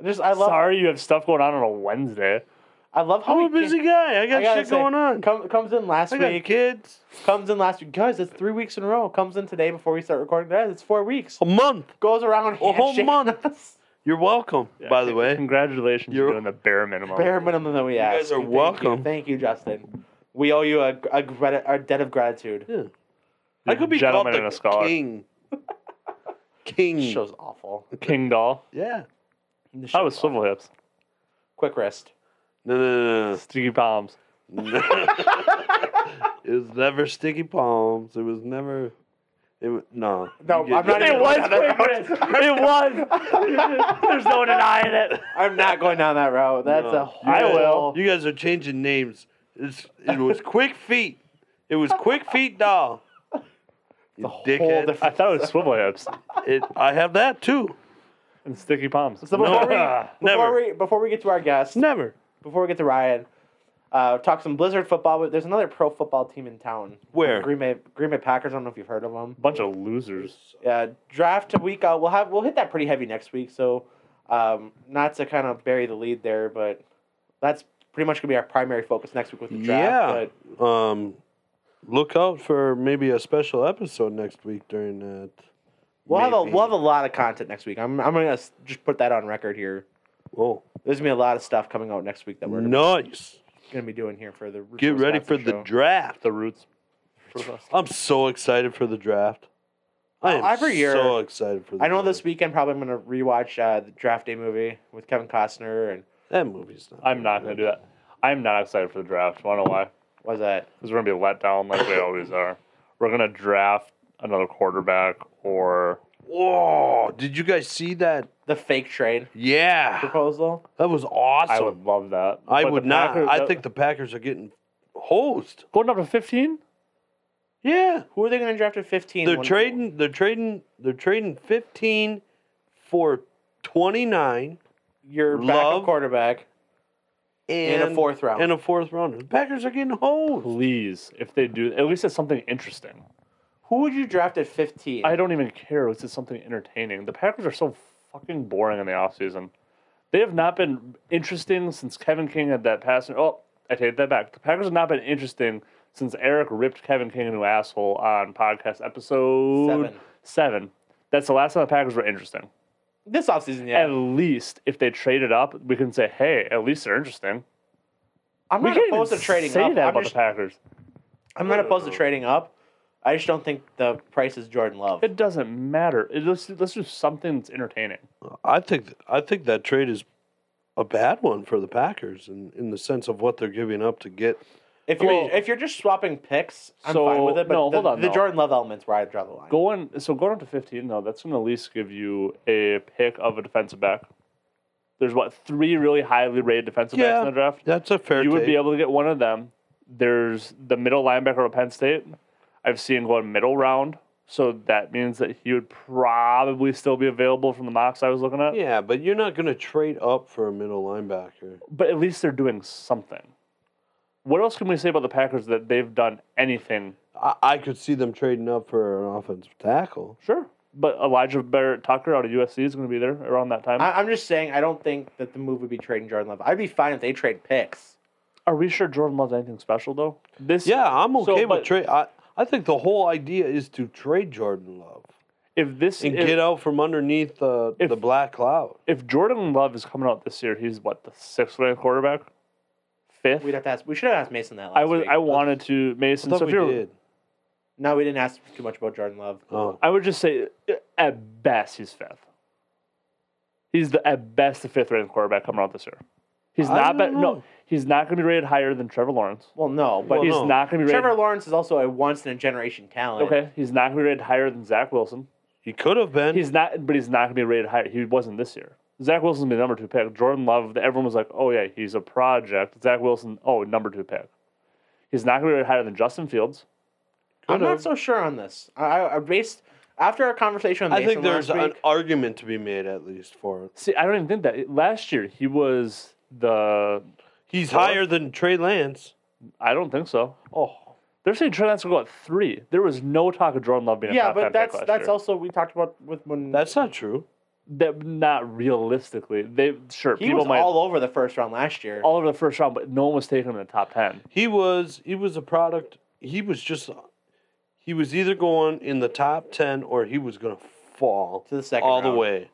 Just I love Sorry, you have stuff going on on a Wednesday. I love how I'm he a busy can- guy. I got I gotta shit say, going on. Come, comes in last I got week. kids. Comes in last week. Guys, it's three weeks in a row. Comes in today before we start recording. Guys, it's four weeks. A month. Goes around Oh, A whole handshaking [laughs] month. us. You're welcome. by the way, Congratulations, you're You're- doing the bare minimum. Bare minimum that we ask. guys are Thank you. welcome. Thank you, Justin. We owe you a, a, grati- a debt of gratitude. yeah. You're I could be called gentleman the and a scholar. king. king. This show's awful. [laughs] King doll. Yeah. This I show's was awful. swivel hips. Quick wrist. No, no, Sticky palms. [laughs] no, no. it was never sticky palms. It was never. It was, no. No, You I'm get- not even- It was quick wrist. It was. There's no denying it. I'm not going down that route. That's No. a You whole. I guys- will. You guys are changing names. It's, it was Quick Feet. It was Quick Feet Doll. You whole dickhead. different- I thought it was swivel hips It, I have that too. and sticky palms. So before, No. we, before, Never. we, before we get to our guest, Never. before we get to Ryan, uh, talk some Blizzard football. But there's another pro football team in town. Where? Green Bay, Green Bay Packers. I don't know if you've heard of them. [laughs] Bunch of losers. Yeah, draft to week out. We'll have we'll hit that pretty heavy next week. So, um, not to kind of bury the lead there, but that's pretty much gonna be our primary focus next week with the draft. Yeah. Um, look out for maybe a special episode next week during that. But we'll have a Maybe. we'll have a lot of content next week. I'm I'm gonna s- just put that on record here. Oh, There's gonna be a lot of stuff coming out next week that we're nice. gonna be doing here for the Get ready for Wisconsin the show. draft. The roots. Professor. I'm so excited for the draft. I am Every year- so excited for the I know draft. this weekend probably I'm gonna rewatch uh, the draft day movie with Kevin Costner and That movie's not. I'm not gonna do that. I'm not excited for the draft. Wanna know why? what was that Because we're gonna be let down like we always are. We're gonna draft another quarterback or Whoa. Did you guys see that? the fake trade Yeah. proposal? That was awesome. I would love that. I But would the not. Packers- I think the Packers are getting hosed. going up to fifteen? Yeah, Who are they gonna draft at 15? they're One- trading. They're trading. They're trading fifteen for twenty nine. your backup Love. quarterback. and, In a fourth round. And a fourth rounder. The Packers are getting hosed. Please, if they do, at least it's something interesting. Who would you draft at 15? I don't even care. It's just something entertaining. The Packers are so fucking boring in the offseason. They have not been interesting since Kevin King had that pass. Oh, I take that back. The Packers have not been interesting since Eric ripped Kevin King a new asshole on podcast episode Seven. seven. That's the last time the Packers were interesting. this offseason, yeah. At least if they traded up, we can say, hey, at least they're interesting. I'm We not can't opposed even to trading say up. that I'm, about just, the Packers. I'm not opposed to trading up. I just don't think the price is Jordan Love. It doesn't matter. It, let's, let's do something that's entertaining. I think I think that trade is a bad one for the Packers in, in the sense of what they're giving up to get If you're Well- if you're just swapping picks, I'm Oh. So, fine with it. But no, the, hold on, the though. Jordan Love elements where I draw the line. Going so going up to fifteen though, that's going to at least give you a pick of a defensive back. There's what three really highly rated defensive backs Yeah. in the draft. That's a fair You would take. be able to get one of them. There's the middle linebacker of Penn State. I've seen going middle round, so that means that he would probably still be available from the mocks I was looking at. yeah, but you're not going to trade up for a middle linebacker. But at least they're doing something. What else can we say about the Packers that they've done anything? I, I could see them trading up for an offensive tackle. Sure, but Elijah Barrett Tucker out of USC is going to be there around that time. I, I'm just saying I don't think that the move would be trading Jordan Love. I'd be fine if they trade picks. Are we sure Jordan loves anything special though? This Yeah, I'm okay with but- trade. I I think the whole idea is to trade Jordan Love if this and if, get out from underneath the if- the black cloud. if Jordan Love is coming out this year, he's what the sixth ranked quarterback, fifth. We'd have to ask. We should have asked Mason that. Last I was Week. I wanted to I Mason. thought so if we you're, did. No, we didn't ask too much about Jordan Love. Oh, I would just say uh, at best he's fifth. He's the at best the fifth ranked quarterback coming out this year. He's I not don't but know. no he's not going to be rated higher than Trevor Lawrence. Well, no, but Well, he's no. not going to be rated. Trevor Lawrence is also a once in a generation talent. okay, he's not going to be rated higher than Zach Wilson. he could have been. He's not, but he's not going to be rated higher. He wasn't this year. Zach Wilson's the number two pick. Jordan Love, everyone was like, oh yeah, he's a project. Zach Wilson, oh number two pick. He's not going to be rated higher than Justin Fields. I'm Could've. not so sure on this. I, I I based after our conversation with I Mason think there's last an week, argument to be made at least for it. See, I don't even think that last year he was the. He's Fourth? higher than Trey Lance. I don't think so. Oh, They're saying Trey Lance will go at three. There was no talk of Jordan Love being a yeah, top but ten that's pick last that's year. also we talked about with when that's not true. that not realistically. They sure he people was might all, all over the first round last year. over the first round, but no one was taking him in the top ten. He was he was a product. He was just he was either going in the top ten or he was going to fall To the second all the round. way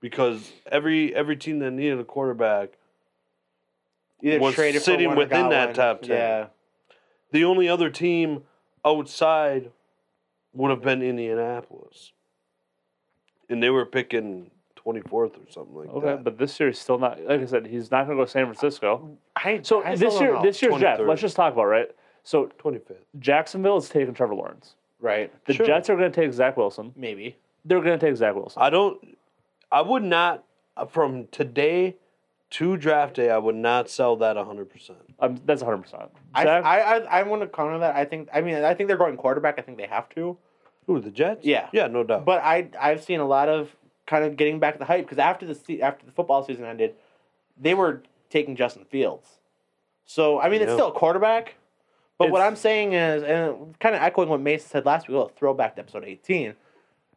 because every every team that needed a quarterback Either was traded for sitting one or within got that one. top 10. Yeah, the only other team outside would have been Indianapolis. And they were picking 24th or something like Okay, that. but this year he's still not. Like I said, he's not going to go to San Francisco. I, So Mm, I still this don't year, know. this year's draft. 23rd. Let's just talk about right. So 25th. Jacksonville is taking Trevor Lawrence. right The Sure. Jets are going to take Zach Wilson. maybe They're going to take Zach Wilson. I don't, I would not, from today to draft day, I would not sell that 100%. Um, that's 100. percent I, I I I want to counter that. I think I mean I think they're going quarterback. I think they have to. Who, the Jets? Yeah. Yeah, no doubt. But I I've seen a lot of kind of getting back the hype because after the se- after the football season ended, they were taking Justin Fields. So I mean it's Yeah. still a quarterback, but what It's- I'm saying is and kind of echoing what Mason said last week, a little throwback to episode 18.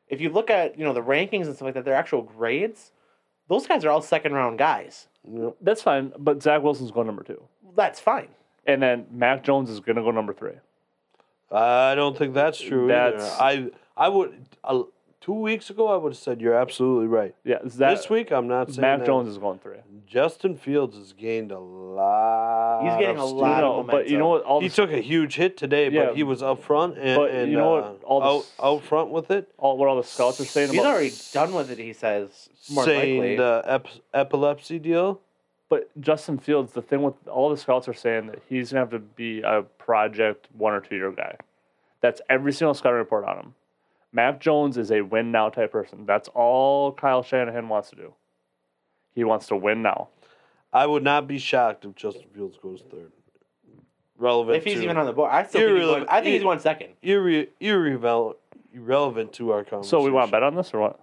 If you look at you know the rankings and stuff like that, their actual grades, those guys are all second round guys. Yep. that's fine. But Zach Wilson's going number two, That's fine. and then Mac Jones is going to go number three. I don't think that's true That's- either. I, I would, uh, two weeks ago, I would have said, you're absolutely right. Yeah, Zach, this week, I'm not saying Mac that. Jones is going three. Justin Fields has gained a lot. He's getting of a steam. lot No, of but you know momentum. what? All He this, took a huge hit today, Yeah. but he was up front and, But you and know uh, what? All the out, s- out front with it, all what all the scouts are saying He's about. already done with it. He says more than saying likely. the ep- epilepsy deal. But Justin Fields, the thing with all the scouts are saying that he's gonna have to be a project one or two year guy. That's every single scout report on him. Mac Jones is a win now type person. That's all Kyle Shanahan wants to do. He wants to win now. I would not be shocked if Justin Fields goes third. Relevant. if he's to, even on the board, I still think he's Irrelevant. going, I think he's one second. irre- irrelevant, irrelevant to our conversation. So we want to bet on this or what?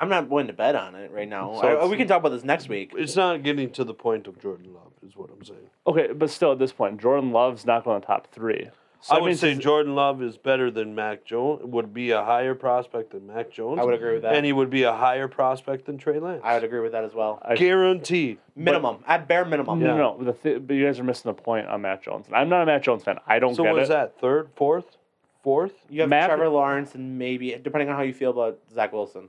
I'm not willing to bet on it right now. So I- it's- we can talk about this next week. It's not getting to the point of Jordan Love, is what I'm saying. Okay, but still at this point, Jordan Love's not going to top three. So I that would means say he's- Jordan Love is better than Mac Jones. Would be a higher prospect than Mac Jones. I would agree with that. And he would be a higher prospect than Trey Lance. I would agree with that as well. I- guaranteed. Minimum, at bare minimum. No, no, no. The th- but you guys are missing the point on Matt Jones. And I'm not a Matt Jones fan. I don't So get what it. is that? Third, fourth, fourth? You have Matt- Trevor Lawrence and maybe, depending on how you feel about Zach Wilson.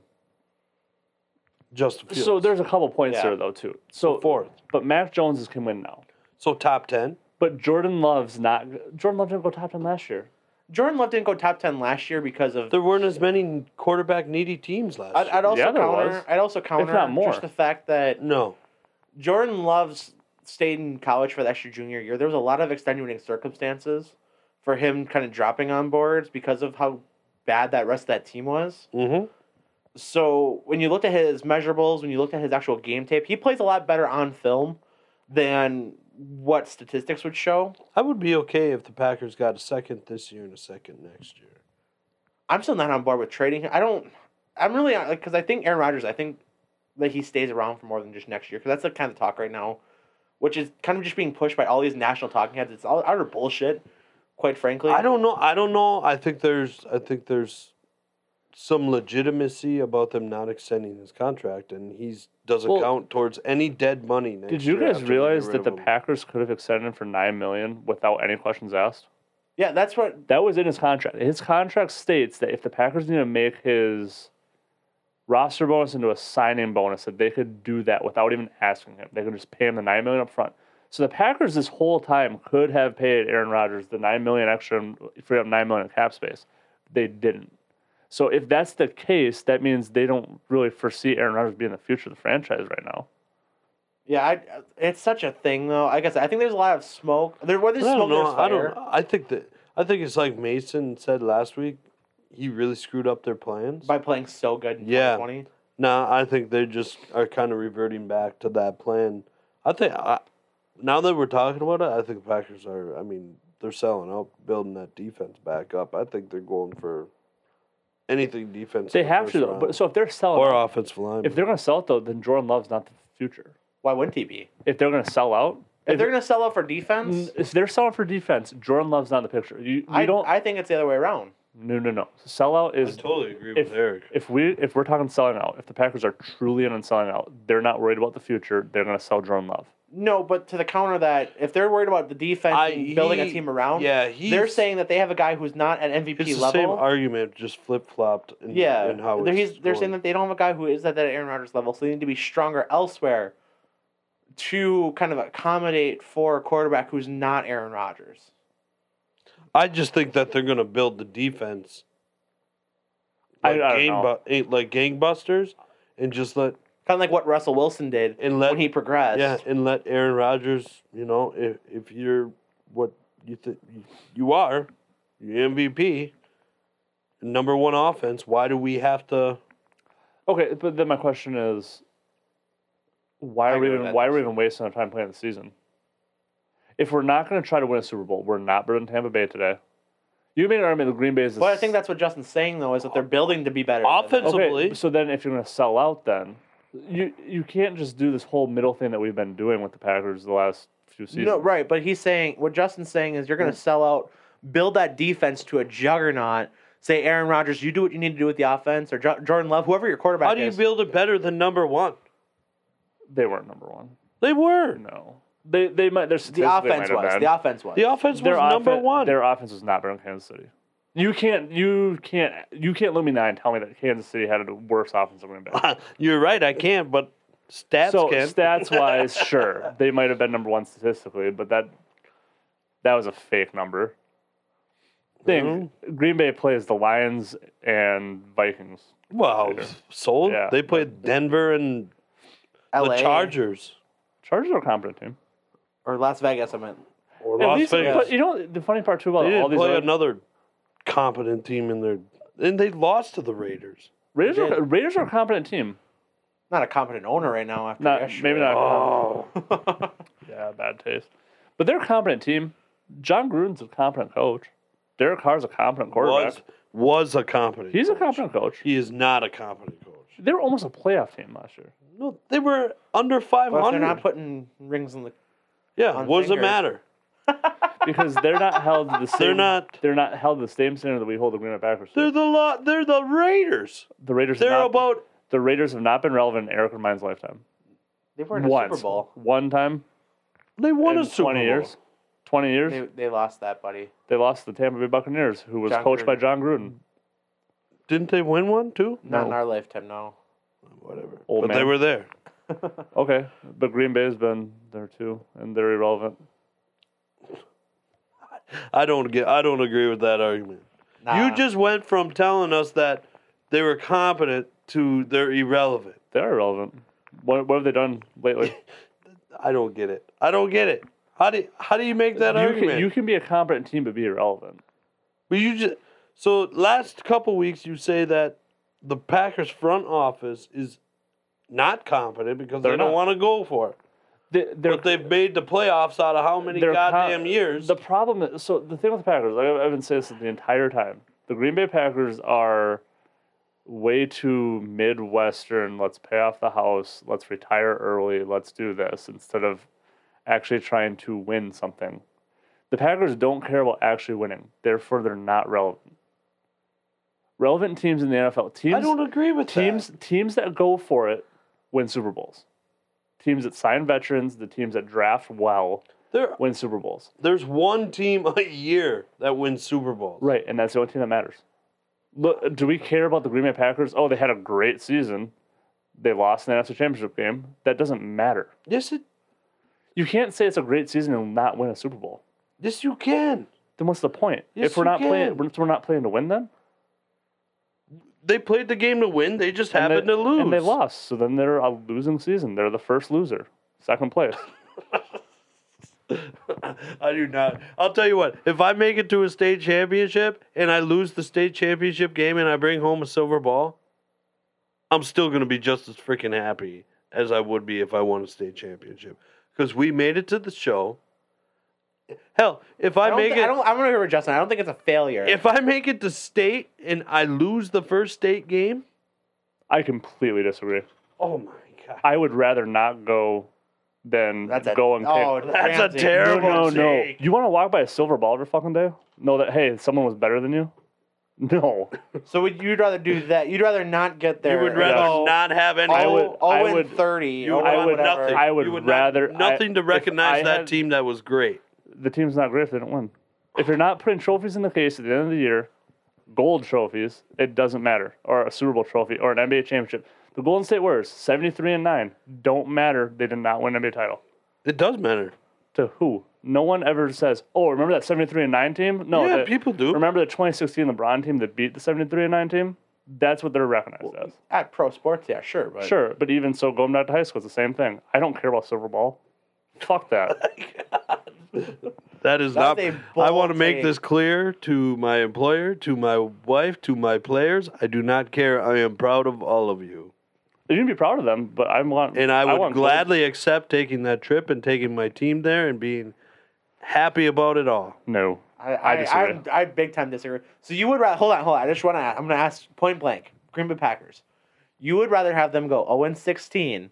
Justin Fields. So there's a couple points Yeah. there though too. So fourth. but Matt Jones is can win now. So top ten. But Jordan Love's not. Jordan Love didn't go top ten last year. Jordan Love didn't go top ten last year because of. There weren't as many quarterback needy teams last I'd, year. I'd also Yeah, there counter. was. I'd also counter not more. just the fact that no. Jordan Love's stayed in college for the extra junior year. There was a lot of extenuating circumstances for him kind of dropping on boards because of how bad that rest of that team was. Mm-hmm. So when you looked at his measurables, when you looked at his actual game tape, he plays a lot better on film than what statistics would show. I would be okay if the Packers got a second this year and a second next year. I'm still not on board with trading him. I don't. I'm really because I think Aaron Rodgers. I think that he stays around for more than just next year because that's the kind of talk right now, which is kind of just being pushed by all these national talking heads. It's all utter bullshit, quite frankly. I don't know. I don't know. I think there's I think there's some legitimacy about them not extending his contract, and he's doesn't Well- count towards any dead money. Next Did you year guys after they get realize rid that of the him. Packers could have extended him for nine million without any questions asked? Yeah, that's what. That was in his contract. His contract states that if the Packers need to make his roster bonus into a signing bonus, that they could do that without even asking him. They could just pay him the nine million up front. So the Packers this whole time could have paid Aaron Rodgers the nine million extra and free up nine million in cap space. They didn't. So if that's the case, that means they don't really foresee Aaron Rodgers being the future of the franchise right now. Yeah, I, it's such a thing though. Like I guess I think there's a lot of smoke. There where there's I smoke, don't know. there's I fire. don't. I think that I think it's like Mason said last week. He really screwed up their plans. By playing so good in Yeah. 2020, Nah, I think they just are kind of reverting back to that plan. I think I, now that we're talking about it, I think the Packers are. I mean, they're selling out, building that defense back up. I think they're going for anything defense. They in the have first to though. round. But so if they're selling, or out- offensive line. if they're going to sell it though, then Jordan Love's not the future. why wouldn't he be? If they're going to sell out, If they're gonna sell out for defense, If they're selling for defense, Jordan Love's not in the picture. You, you I don't. don't. I think it's the other way around. no, no, no. Sellout is totally agree if- if we if we're talking selling out. If the Packers are truly in on selling out, they're not worried about the future. They're going to sell Jordan Love. No, but to the counter that if they're worried about the defense I- and building a he- team around, yeah, he's- they're saying that they have a guy who's not at It's MVP the same level. argument, just flip flopped. In, yeah, in how they're, it's he's, they're saying going. that they don't have a guy who is at that Aaron Rodgers level, so they need to be stronger elsewhere to kind of accommodate for a quarterback who's not Aaron Rodgers. I just think that they're going to build the defense. I- I don't gangbu- ain't like gangbusters, and just let Kind of like what Russell Wilson did and let when he progressed. yeah, and let Aaron Rodgers. You know, if if you're what you think you are, you're MVP, number one offense. Why do we have to? Okay, but then my question is, why I are we agree with even that. why are we even wasting our time playing the season? If we're not going to try to win a Super Bowl, we're not better than Tampa Bay today. You made an argument that Green Bay is. the But I s- think that's what Justin's saying though is that they're building to be better. than Offense- that. Possibly. Okay, so then if you're going to sell out, then you you can't just do this whole middle thing that we've been doing with the Packers the last few seasons. No, right, but he's saying what Justin's saying is you're Mm. going to sell out, build that defense to a juggernaut. Say Aaron Rodgers, you do what you need to do with the offense, or Jo- Jordan Love, whoever your quarterback How do you is. build it better than number one? They weren't number one. They were No, they they might. Their the offense was the offense was. the offense was their number offen- one. Their offense was not better than Kansas City. You can't you can't you can't look me now and tell me that Kansas City had a worse offense than Green [laughs] Bay. [laughs] You're right. I can't, but stats so can. stats wise, [laughs] sure, they might have been number one statistically, but that that was a fake number. Thing Green Bay plays the Lions and Vikings. Wow, sold. Yeah. they played Denver and LA the Chargers Chargers are a competent team. or Las Vegas. I meant or At Las least, Vegas. but you know the funny part too They about all didn't these play other- another competent team in their, and they lost to the [laughs] Raiders. Raiders they are, Raiders are a competent team. not a competent owner right now. After Not yesterday. maybe not. [laughs] Oh, Yeah, bad taste. But they're a competent team. John Gruden's a competent coach. Derek Carr's a competent quarterback. was was a competent. He's a coach. competent coach. He is not a competent coach. They were almost a playoff team last year. No, they were under five Well, if they're hundred. not putting rings in the. yeah, on what does it fingers. matter? because they're not held to the same. They're not. They're not held to the same standard that we hold the Green Bay Packers. to. They're the lot. They're the Raiders. the Raiders. They're have not, about the Raiders have not been relevant in Eric Remine's lifetime. They were in a Once, Super Bowl. one time they won in a Super twenty Bowl. years. Twenty years, They, they, they lost that, buddy. lost to the Tampa Bay Buccaneers, who was John coached by Gruden. John Gruden. Didn't they win one too? Not in No. our lifetime, no. Whatever. Old but they man. were there. Okay, but Green Bay has been there too, and they're irrelevant. I don't get. I don't agree with that argument. Nah. Ah. You just went from telling us that they were competent to they're irrelevant. They're irrelevant. What, what have they done lately? I don't get it. I don't get it. How do how do you make [laughs] that you, argument? can, you can be a competent team but be irrelevant. Well, you just so last couple weeks you say that the Packers front office is not competent because They're they don't not. want to go for it. They, they're But they've made the playoffs out of how many They're con- goddamn years? The problem is, so the thing with the Packers, like, I've been saying this the entire time. The Green Bay Packers are way too Midwestern. Let's pay off the house. Let's retire early. Let's do this instead of actually trying to win something. The Packers don't care about actually winning. Therefore, they're not relevant. Relevant teams in the NFL teams I don't agree with teams That. teams that go for it win Super Bowls. Teams that sign veterans, the teams that draft well There, win Super Bowls. there's one team a year that wins Super Bowls. Right, and that's the only team that matters. Look, do we care about the Green Bay Packers? Oh, they had a great season. They lost in the NFC Championship game. That doesn't matter. Yes, it. You can't say it's a great season and not win a Super Bowl. Yes, you can. Then what's the point? Yes, if we're you not playing, can. if we're not playing to win, then They played the game to win. They just and happened they, to lose. and they lost. So then they're a losing season. They're the first loser, second [laughs] place. I do not. I'll tell you what. If I make it to a state championship and I lose the state championship game and I bring home a silver ball, I'm still going to be just as freaking happy as I would be if I won a state championship because we made it to the show. Hell, if I, I, make make it, I don't. I'm gonna agree with Justin. I don't think it's a failure. if I make it to state and I lose the first state game, I completely disagree. oh my god, I would rather not go than that's a, go and pick. oh, That's a Ramsey. terrible- No, no, no. take. You want to walk by a silver ball every fucking day? Know that hey, someone was better than you? [laughs] No. So would you'd rather do that? You'd rather not get there. you would and rather go not have any. Oh, would- oh I and would- thirty. you oh, would I and would- whatever. nothing. I would You not- rather- I- nothing to if recognize I that had- team that was great. The team's not great if they didn't win. If you're not putting trophies in the case at the end of the year, gold trophies, it doesn't matter. Or a Super Bowl trophy or an NBA championship. The Golden State Warriors, 73 and 9, don't matter. They did not win an NBA title. It does matter. To who? No one ever says, "Oh, remember that 73 and 9 team?" No, yeah, the- people do. Remember the 2016 LeBron team that beat the 73 and 9 team? That's what they're recognized as. At pro sports, yeah, sure, but Sure, but even so, going back to high school, it's the same thing. I don't care about silver ball. Fuck that. That is That's not. a I bold want to make take. this clear to my employer, to my wife, to my players. I do not care. I am proud of all of you, you can be proud of them, but I want. and I would want gold. gladly accept taking that trip and taking my team there and being happy about it all. No, I, I I, I, disagree. I big time disagree. So you would rather hold on, hold on. I just want to. I'm going to ask point blank. Green Bay Packers. You would rather have them go 0 and 16,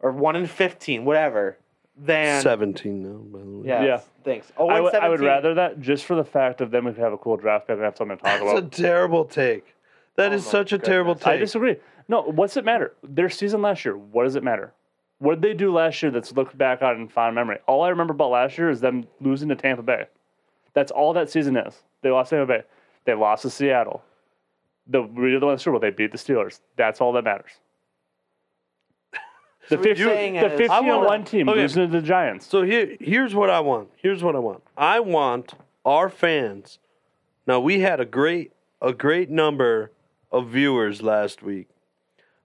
or 1 and 15, whatever, than Seventeen now, by the way. Yes, Yeah. Thanks. 0 I and would- 17. I would rather that just for the fact of them we could have a cool draft pick and have something [laughs] to talk That's a about. terrible take. That Oh is my such a terrible goodness. I take. I disagree. No, what's it matter? Their season last year. What does it matter? What did they do last year that's looked back on in fond memory? All I remember about last year is them losing to Tampa Bay. That's all that season is. They lost to Tampa Bay. They lost to Seattle. The we did the one in the Super Bowl. They beat the Steelers. That's all that matters. [laughs] The So what you're 50, saying the is- 50 I on wanna- one team okay. losing to the Giants. So here, here's what I want. Here's what I want. I want our fans. Now we had a great, a great number of viewers last week.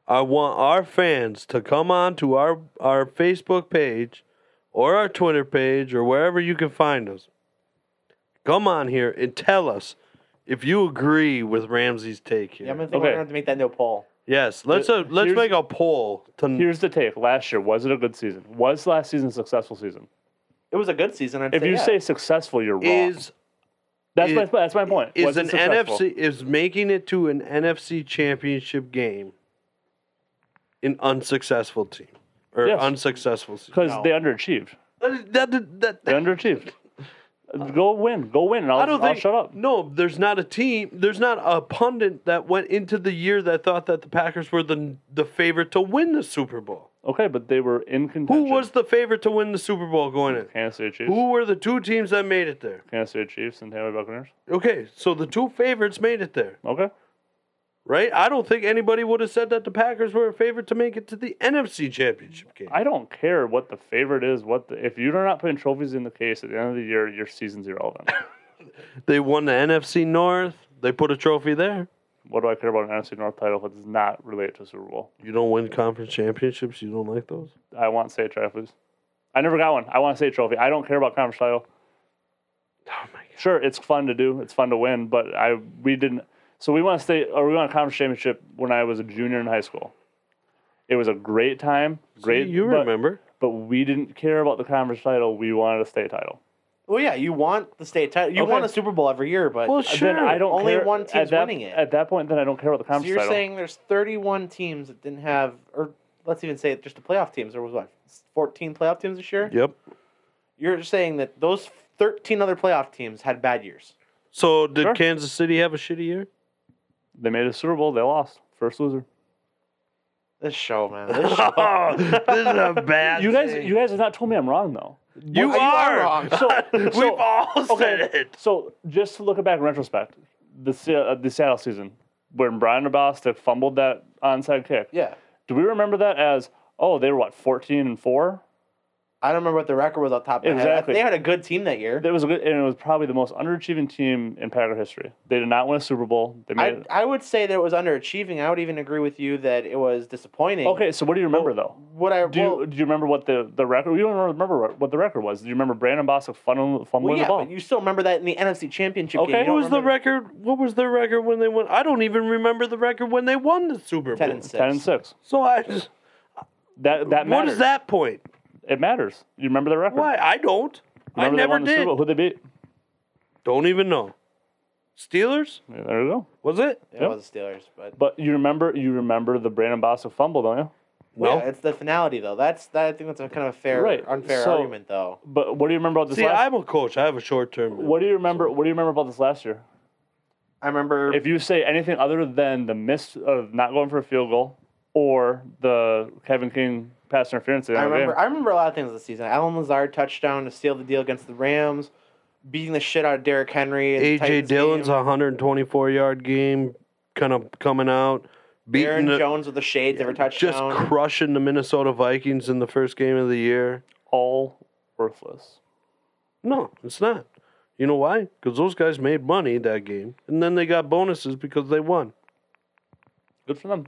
I want our fans to come on to our our Facebook page, or our Twitter page, or wherever you can find us. Come on here and tell us if you agree with Ramsey's take here. Yeah, I'm going to think we're going Okay. to have to make that no poll. yes, let's uh, let's Here's- make a poll to Here's the take. Last year, was it a good season? Was last season a successful season? It was a good season. I'd If say, you yeah. say successful, you're wrong. is that's, my, is- that's my point. is Was it an successful? NFC is making it to an NFC championship game an unsuccessful team or Yes. unsuccessful season. because No. they underachieved. That- that- that- [laughs] They underachieved. go win. Go win. And I'll, I don't I'll think. shut up. No, there's not a team. There's not a pundit that went into the year that thought that the Packers were the the favorite to win the Super Bowl. Okay, but they were in Who contention. was the favorite to win the Super Bowl going in? Kansas City Chiefs? Who were the two teams that made it there? Kansas City Chiefs and Tampa Bay Buccaneers. Okay, so the two favorites made it there, Okay. right? I don't think anybody would have said that the Packers were a favorite to make it to the NFC Championship game. I don't care what the favorite is. What the, if you're not putting trophies in the case at the end of the year, your season's irrelevant. [laughs] They won the NFC North. They put a trophy there. what do I care about an NFC North title if it does not relate to a Super Bowl? You don't win conference championships. You don't like those. I want state trophies. I never got one. I want a state trophy. I don't care about conference title. Oh my god. Sure, it's fun to do. It's fun to win, but I we didn't. So we won a state or we won a conference championship when I was a junior in high school. It was a great time. Great, you but- remember? but we didn't care about the conference title. We wanted a state title. Well, yeah, you want the state title. You Okay. want a Super Bowl every year, but Well, so sure. Then I don't Only care- one team's at that, winning it. At that point, then I don't care about the conference you're title. saying there's 31 teams that didn't have, or let's even say it just the playoff teams. There was what 14 playoff teams this year. Yep. You're saying that those 13 other playoff teams had bad years. So did Sure. Kansas City have a shitty year? they made a Super Bowl. They lost. First loser. This show, man. this This [laughs] is show. a bad. You guys, thing. you guys have not told me I'm wrong though. You Well, you are. are wrong. So, We've so- all okay. said it. [laughs] So just to look it back in retrospect, the Se- uh, the Seattle season when Brian Dabasta fumbled that onside kick. yeah, Do we remember that as oh they were what 14 and four? I don't remember what the record was off the top of my head. I- Exactly. They had a good team that year. That was a good, and it was probably the most underachieving team in Packer history. They did not win a Super Bowl. They made. I, I would say that it was underachieving. I would even agree with you that it was disappointing. okay, so what do you remember though? What I Do you, do you remember what the, the record? You don't remember what- what the record was. Do you remember Brandon Bossa fumbling, fumbling well, yeah, the ball? but you still remember that in the NFC Championship Okay. game. You What don't was the remember record? What was the record when they won? I don't even remember the record when they won the Super Bowl. Ten and six. Ten and six. So I just. That What that matters. is that point? It matters. You remember the record? Why I don't. I Remember they never won the Super did. Bowl? Who they beat? Don't even know. Steelers Yeah, there you go. was it? It Yep. was the Steelers, but But you remember you remember the Brandon Bossa fumble, don't you? well, No. yeah, it's the finality though. That's that. I think that's a kind of a fair, Right. unfair So- argument though. But what do you remember about this See, last? I'm a coach. I have a short term. what do you remember? What do you remember about this last year? I remember. If you say anything other than the miss of not going for a field goal or the Kevin King pass interference, at the I end of the remember. game, I remember a lot of things this season. Alan Lazard touchdown to seal the deal against the Rams, beating the shit out of Derrick Henry. in the AJ Titans Dillon's game. 124 yard game, kind of coming out, beating Aaron the, Jones with the shades of her just touchdown. crushing the Minnesota Vikings in the first game of the year. all worthless. No, it's not. You know why? Because those guys made money that game, and then they got bonuses because they won. Good for them.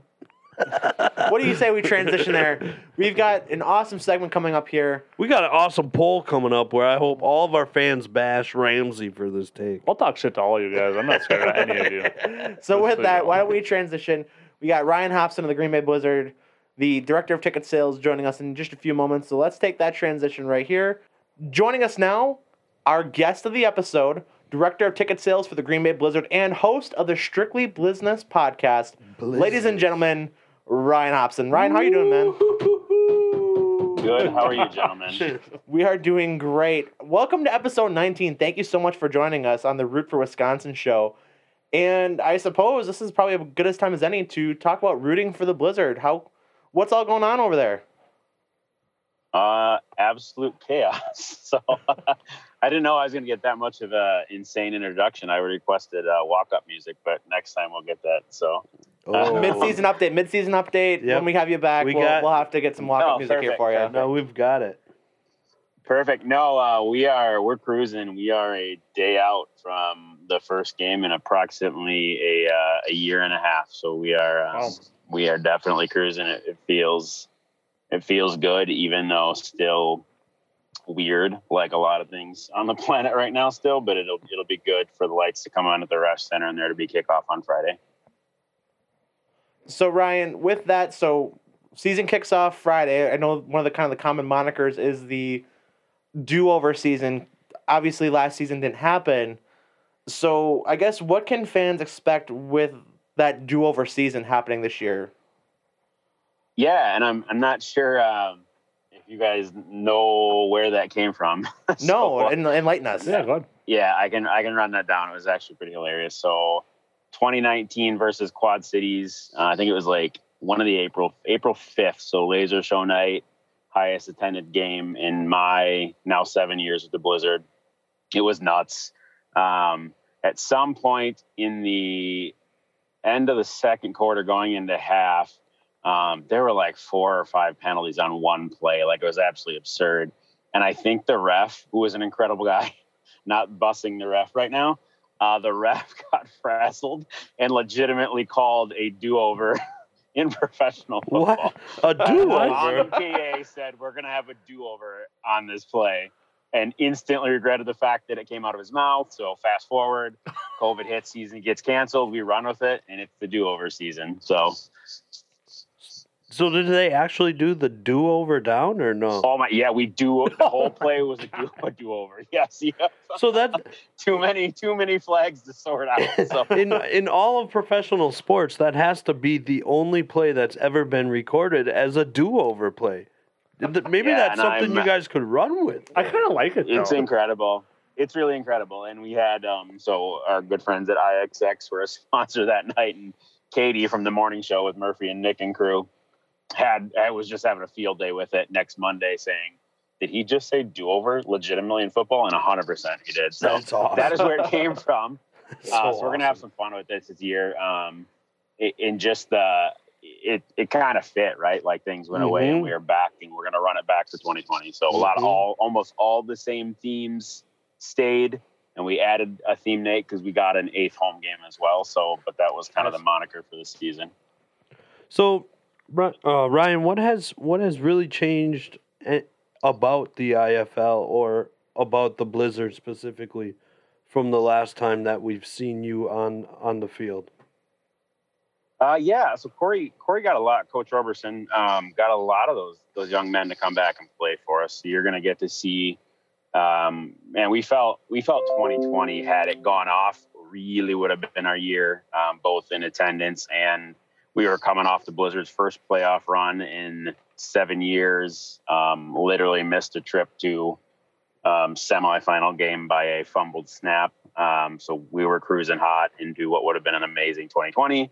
what do you say we transition [laughs] there? We've got an awesome segment coming up here. We got an awesome poll coming up where I hope all of our fans bash Ramsey for this take. I'll talk shit to all you guys. I'm not scared of any of you. So Just with so that, you why know. don't we transition? We got Ryan Hobson of the Green Bay Blizzard, the director of ticket sales, joining us in just a few moments. So let's take that transition right here. Joining us now, our guest of the episode, director of ticket sales for the Green Bay Blizzard, and host of the Strictly Blizness podcast, ladies and gentlemen, Ryan Hobson. Ryan, how you doing, man? Good. How are you, [laughs] gentlemen? We are doing great. Welcome to episode 19. Thank you so much for joining us on the Root for Wisconsin show. And I suppose this is probably as good as time as any to talk about rooting for the Blizzard. How what's all going on over there? Uh, absolute chaos. [laughs] So I didn't know I was going to get that much of a insane introduction. I requested uh, walk up music, but next time we'll get that. So Uh, Oh. Mid-season update, mid-season update. Yep. When we have you back, We we will got- we'll have to get some walk-up Oh, music here perfect, for you. perfect. No, we've got it. perfect. No, uh, we are we're cruising. We are a day out from the first game in approximately a uh, a year and a half. So we are uh, Wow. we are definitely cruising. It, it feels it feels good, even though still weird, like a lot of things on the [laughs] planet right now still, but it'll it'll be good for the lights to come on at the Rush Center and there to be kickoff on Friday. So Ryan, with that, so season kicks off Friday. I know one of the kind of the common monikers is the do-over season. Obviously, last season didn't happen. So I guess what can fans expect with that do-over season happening this year? yeah, and I'm I'm not sure um, if you guys know where that came from. [laughs] No, So, en- enlighten us. Yeah, go ahead. yeah, I can I can run that down. It was actually pretty hilarious. So, 2019 versus Quad Cities. Uh, I think it was like one of the April April 5th. So laser show night, highest attended game in my now seven years with the Blizzard. It was nuts. Um, at some point in the end of the second quarter, going into half, um, there were like four or five penalties on one play. Like it was absolutely absurd. And I think the ref, who was an incredible guy, [laughs] not bussing the ref right now, uh, the ref [laughs] got frazzled and legitimately called a do-over [laughs] in professional football. [laughs] What? A The do mom over? and PA said, "We're gonna have a do-over on this play," and instantly regretted the fact that it came out of his mouth. So fast forward, COVID hits, season gets canceled. We run with it, and it's the do-over season. So, So did they actually do the do over down or no? oh my, yeah, we do the whole play was a, do, a do-over. Yes, yeah, So that too many, too many flags to sort out. So. in in all of professional sports, that has to be the only play that's ever been recorded as a do over play. Th- Maybe Yeah, that's and something I'm- you guys could run with. I kind of like it though. It's incredible. It's really incredible. And we had um, so our good friends at IXX were a [laughs] sponsor that night, and Katie from the morning show with Murphy and Nick and crew had I was just having a field day with it. Next Monday, saying, "Did he just say do over legitimately in football?" And hundred percent, he did. So [laughs] That's awesome. that is where it came from. That's Uh, so so we're gonna have awesome. some fun with this this year. Um, i- in just the it it kind of fit right, like things went away Mhm. and we are back, and we're gonna run it back to 2020. So a lot of Mhm. all almost all the same themes stayed, and we added a theme Nate because we got an eighth home game as well. So, but that was kind of the moniker for the season. So, Ri- uh, Ryan, what has what has really changed eh, about the IFL or about the Blizzard specifically from the last time that we've seen you on on the field? Uh, yeah, so Corey Corey got a lot. Coach Roberson um, got a lot of those those young men to come back and play for us. So you're going to get to see. Um, and we felt we felt 2020 had it gone off really would have been our year, um, both in attendance and we were coming off the Blizzard's first playoff run in seven years. Um, literally missed a trip to um, semifinal game by a fumbled snap. Um, so we were cruising hot into what would have been an amazing 2020.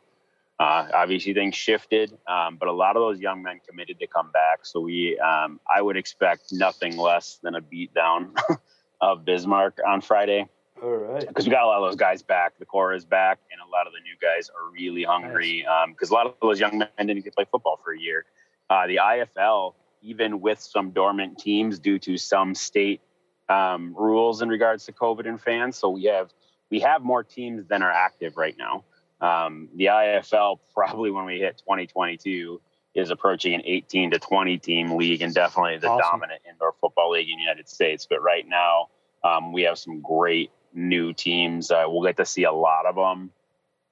Uh, obviously, things shifted, um, but a lot of those young men committed to come back. So we, um, I would expect nothing less than a beatdown [laughs] of Bismarck on Friday All right. because we got a lot of those guys back. The core is back, and a lot of the new guys are really hungry because a lot of those young men didn't get to play football for a year. Uh, the IFL, even with some dormant teams due to some state um, rules in regards to COVID and fans, so we have we have more teams than are active right now. Um, the IFL probably when we hit 2022 is approaching an 18 to 20 team league and definitely the Awesome. dominant indoor football league in the United States. But right now, um, we have some great new teams. Uh, we'll get to see a lot of them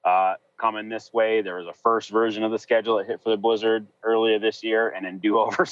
uh, coming this way. There was a first version of the schedule that hit for the Blizzard earlier this year, and in do [laughs] over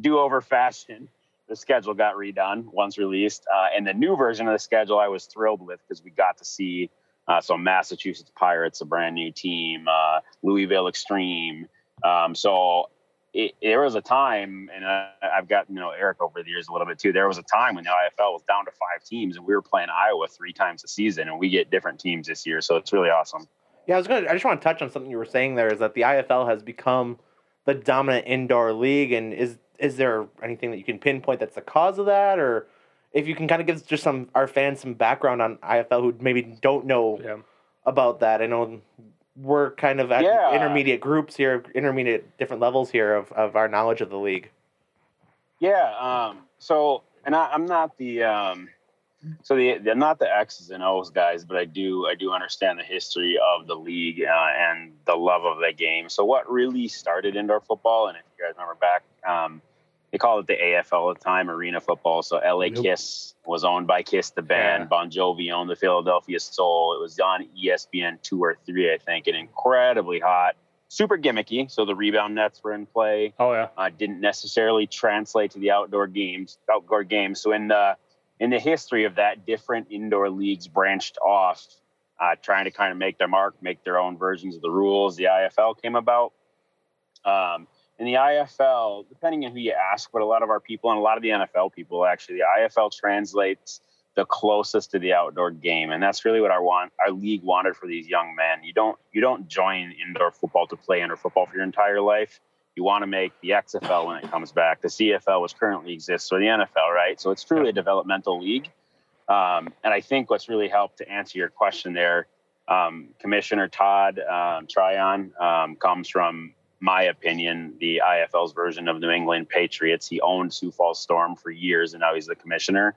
do over fashion, the schedule got redone once released. Uh, and the new version of the schedule, I was thrilled with because we got to see. Uh, so Massachusetts Pirates, a brand new team, uh, Louisville Extreme. Um, so it, there was a time, and I, I've got you know Eric over the years a little bit too. There was a time when the IFL was down to five teams, and we were playing Iowa three times a season, and we get different teams this year, so it's really awesome. Yeah, I was gonna. I just want to touch on something you were saying there. Is that the IFL has become the dominant indoor league, and is is there anything that you can pinpoint that's the cause of that, or if you can kind of give just some our fans some background on IFL who maybe don't know Yeah. about that? I know we're kind of at Yeah. intermediate groups here, intermediate different levels here of, of our knowledge of the league. Yeah. Um, so, and I, I'm not the um, so the I'm not the X's and O's guys, but I do I do understand the history of the league uh, and the love of the game. So, what really started indoor football, and if you guys remember back, um, they called it the AFL at the time, arena football. So, LA Yep. Kiss was owned by Kiss the band. Yeah. Bon Jovi owned the Philadelphia Soul. It was on E ESPN two or three, I think, and incredibly hot, super gimmicky. So the rebound nets were in play Oh yeah. uh, didn't necessarily translate to the outdoor games outdoor games so in the in the history of that different indoor leagues branched off uh, trying to kind of make their mark make their own versions of the rules the ifl came about um, in the IFL, depending on who you ask, but a lot of our people and a lot of the NFL people actually, the IFL translates the closest to the outdoor game, and that's really what our want our league wanted for these young men. You don't you don't join indoor football to play indoor football for your entire life. You want to make the XFL when it comes back. The CFL, which currently exists, or the NFL, right? So it's truly a developmental league. Um, and I think what's really helped to answer your question there, um, Commissioner Todd um, Tryon um, comes from my opinion, the IFL's version of the New England Patriots. He owned Sioux Falls Storm for years, and now he's the commissioner.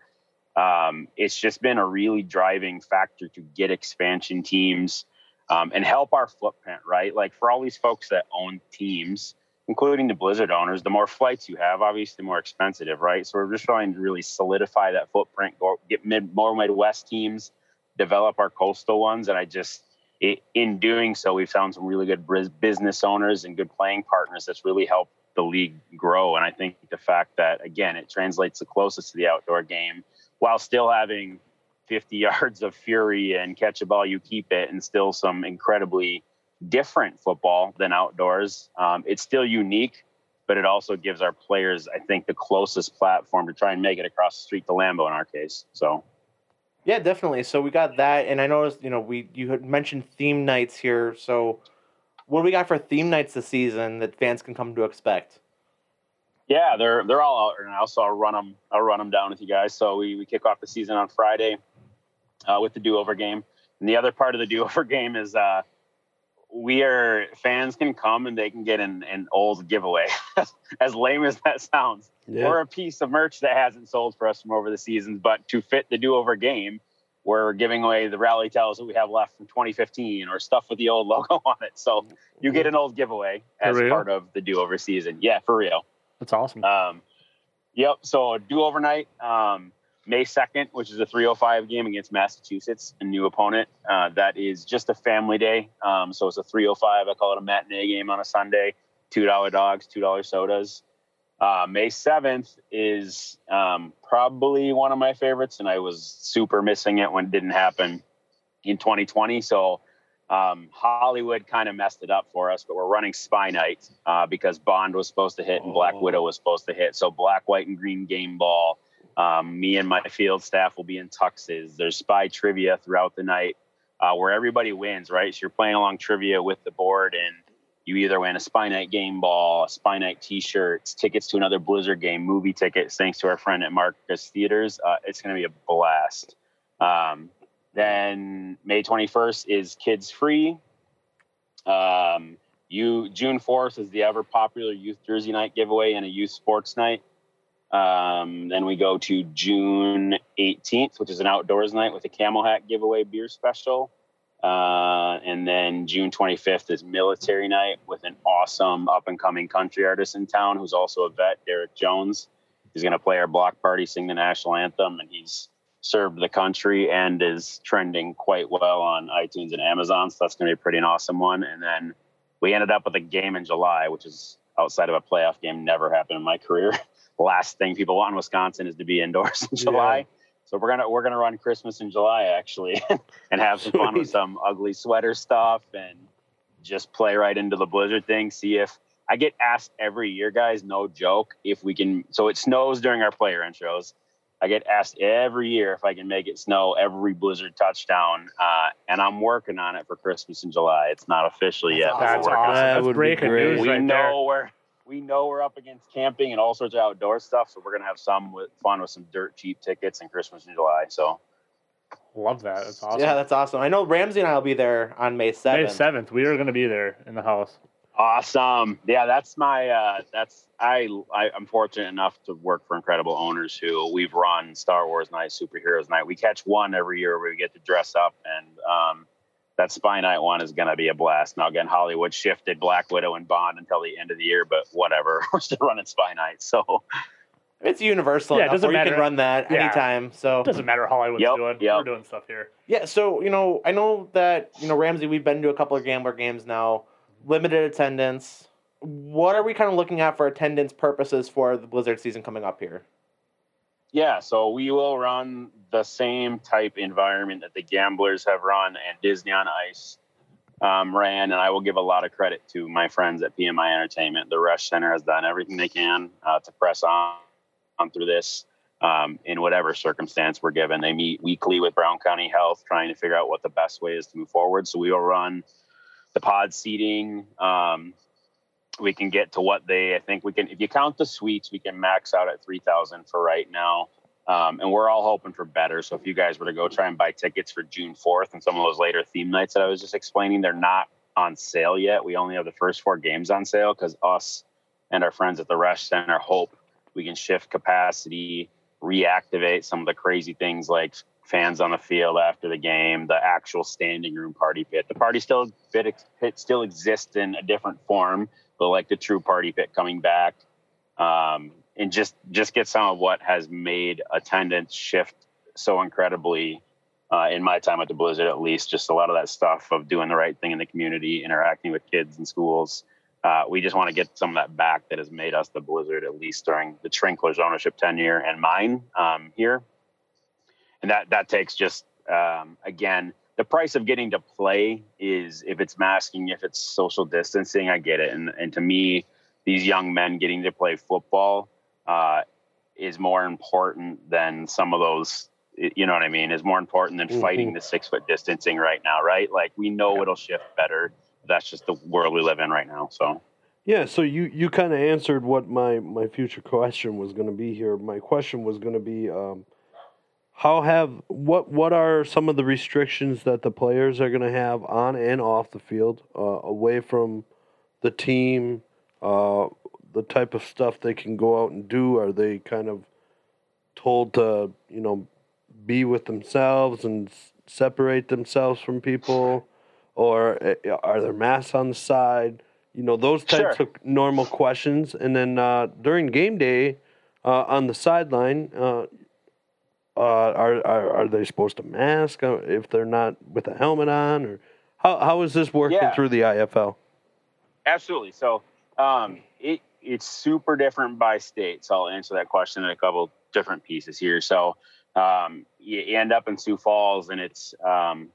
Um, it's just been a really driving factor to get expansion teams um, and help our footprint, right? Like for all these folks that own teams, including the Blizzard owners, the more flights you have, obviously, the more expensive, right? So we're just trying to really solidify that footprint, go, get mid, more Midwest teams, develop our coastal ones, and I just it, in doing so, we've found some really good bris- business owners and good playing partners that's really helped the league grow. And I think the fact that, again, it translates the closest to the outdoor game while still having 50 [laughs] yards of fury and catch a ball, you keep it, and still some incredibly different football than outdoors. Um, it's still unique, but it also gives our players, I think, the closest platform to try and make it across the street to Lambo in our case. So. Yeah, definitely. So we got that, and I noticed you know we you had mentioned theme nights here. So what do we got for theme nights this season that fans can come to expect? Yeah, they're they're all out right now, so I'll run them. I'll run them down with you guys. So we, we kick off the season on Friday uh, with the do over game, and the other part of the [laughs] do over game is uh, we are fans can come and they can get an, an old giveaway, [laughs] as lame as that sounds, Yeah. or a piece of merch that hasn't sold for us from over the seasons. But to fit the do over game, we're giving away the rally towels that we have left from 2015 or stuff with the old logo [laughs] on it. So you get an old giveaway as For real? part of the do over season. Yeah, for real. That's awesome. Um, yep. So do overnight, um, May 2nd, which is a 305 game against Massachusetts, a new opponent. Uh, that is just a family day. Um, so it's a 305. I call it a matinee game on a Sunday. $2 dogs, $2 sodas. Uh, May 7th is um, probably one of my favorites, and I was super missing it when it didn't happen in 2020. So um, Hollywood kind of messed it up for us, but we're running Spy Night uh, because Bond was supposed to hit and Black Oh. Widow was supposed to hit. So black, white, and green game ball. Um, me and my field staff will be in tuxes. There's spy trivia throughout the night uh, where everybody wins, right? So you're playing along trivia with the board and you either win a Spy Night game ball, a Spy Night T-shirts, tickets to another Blizzard game, movie tickets. Thanks to our friend at Marcus Theaters, uh, it's going to be a blast. Um, then May 21st is Kids Free. Um, you June 4th is the ever popular Youth Jersey Night giveaway and a Youth Sports Night. Um, then we go to June 18th, which is an outdoors night with a Camel Hat giveaway beer special. Uh, and then June 25th is military night with an awesome up and coming country artist in town who's also a vet, Derek Jones. He's going to play our block party, sing the national anthem, and he's served the country and is trending quite well on iTunes and Amazon. So that's going to be a pretty awesome one. And then we ended up with a game in July, which is outside of a playoff game, never happened in my career. [laughs] Last thing people want in Wisconsin is to be indoors in Yeah. July. So we're gonna we're gonna run Christmas in July actually, [laughs] and have some fun with Sweet. some ugly sweater stuff and just play right into the blizzard thing. See if I get asked every year, guys, no joke, if we can. So it snows during our player intros. I get asked every year if I can make it snow every blizzard touchdown, uh, and I'm working on it for Christmas in July. It's not official That's yet. but we're That's awesome. working on awesome. That That's would be breaking great. news we right there. know we're we know we're up against camping and all sorts of outdoor stuff, so we're gonna have some with, fun with some dirt cheap tickets and Christmas in July. So Love that. That's awesome. Yeah, that's awesome. I know Ramsey and I will be there on May May seventh. seventh, we are going to be there in the house. awesome! Yeah, that's my uh, that's I, I I'm fortunate enough to work for incredible owners who we've run Star Wars night, superheroes night. We catch one every year where we get to dress up, and um, that Spy Night one is gonna be a blast. Now again, Hollywood shifted Black Widow and Bond until the end of the year, but whatever, [laughs] we're still running Spy Night, so. It's universal. Yeah, it enough doesn't where You matter. can run that Yeah. anytime. So Doesn't matter how I was Yep, doing. yep. We're doing stuff here. Yeah, so you know, I know that you know Ramsey. We've been to a couple of gambler games now. Limited attendance. What are we kind of looking at for attendance purposes for the Blizzard season coming up here? Yeah, so we will run the same type environment that the gamblers have run and Disney on Ice um, ran, and I will give a lot of credit to my friends at PMI Entertainment. The Rush Center has done everything they can uh, to press on, on through this um, in whatever circumstance we're given. They meet weekly with Brown County Health, trying to figure out what the best way is to move forward. So we will run the pod seating. Um, we can get to what they. I think we can. If you count the suites, we can max out at three thousand for right now. Um, and we're all hoping for better. So if you guys were to go try and buy tickets for June 4th and some of those later theme nights that I was just explaining, they're not on sale yet. We only have the first four games on sale because us and our friends at the Rush Center hope we can shift capacity, reactivate some of the crazy things like fans on the field after the game, the actual standing room party pit. The party still pit, pit still exists in a different form, but like the true party pit coming back. Um, and just just get some of what has made attendance shift so incredibly uh, in my time at the Blizzard, at least. Just a lot of that stuff of doing the right thing in the community, interacting with kids and schools. Uh, we just want to get some of that back that has made us the Blizzard, at least during the Trinkler's ownership tenure and mine um, here. And that that takes just um, again the price of getting to play is if it's masking, if it's social distancing, I get it. And and to me, these young men getting to play football uh, is more important than some of those. You know what I mean? Is more important than fighting the six foot distancing right now, right? Like we know it'll shift better. That's just the world we live in right now. So Yeah, so you, you kind of answered what my, my future question was going to be here. My question was going to be um, how have what what are some of the restrictions that the players are going to have on and off the field, uh, away from the team, uh, the type of stuff they can go out and do? Are they kind of told to you know be with themselves and s- separate themselves from people, or uh, are there masks on the side? You know those types Sure. of normal questions, and then uh, during game day, uh, on the sideline, uh, uh, are, are are they supposed to mask uh, if they're not with a helmet on, or how how is this working Yeah. through the IFL? absolutely. So um, it it's super different by state. So I'll answer that question in a couple different pieces here. So um, you end up in Sioux Falls, and it's um,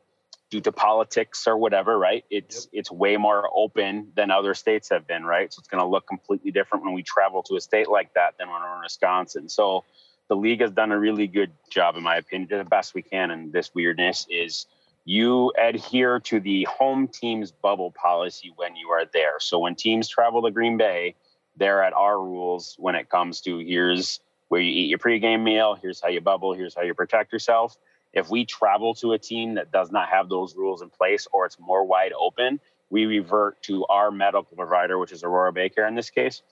due to politics or whatever, right? It's it's way more open than other states have been, right? So it's going to look completely different when we travel to a state like that than when we're in Wisconsin. So the league has done a really good job, in my opinion, did the best we can in this weirdness. Is you adhere to the home team's bubble policy when you are there. So when teams travel to Green Bay, they're at our rules when it comes to here's where you eat your pregame meal, here's how you bubble, here's how you protect yourself. If we travel to a team that does not have those rules in place or it's more wide open, we revert to our medical provider, which is Aurora Baker in this case,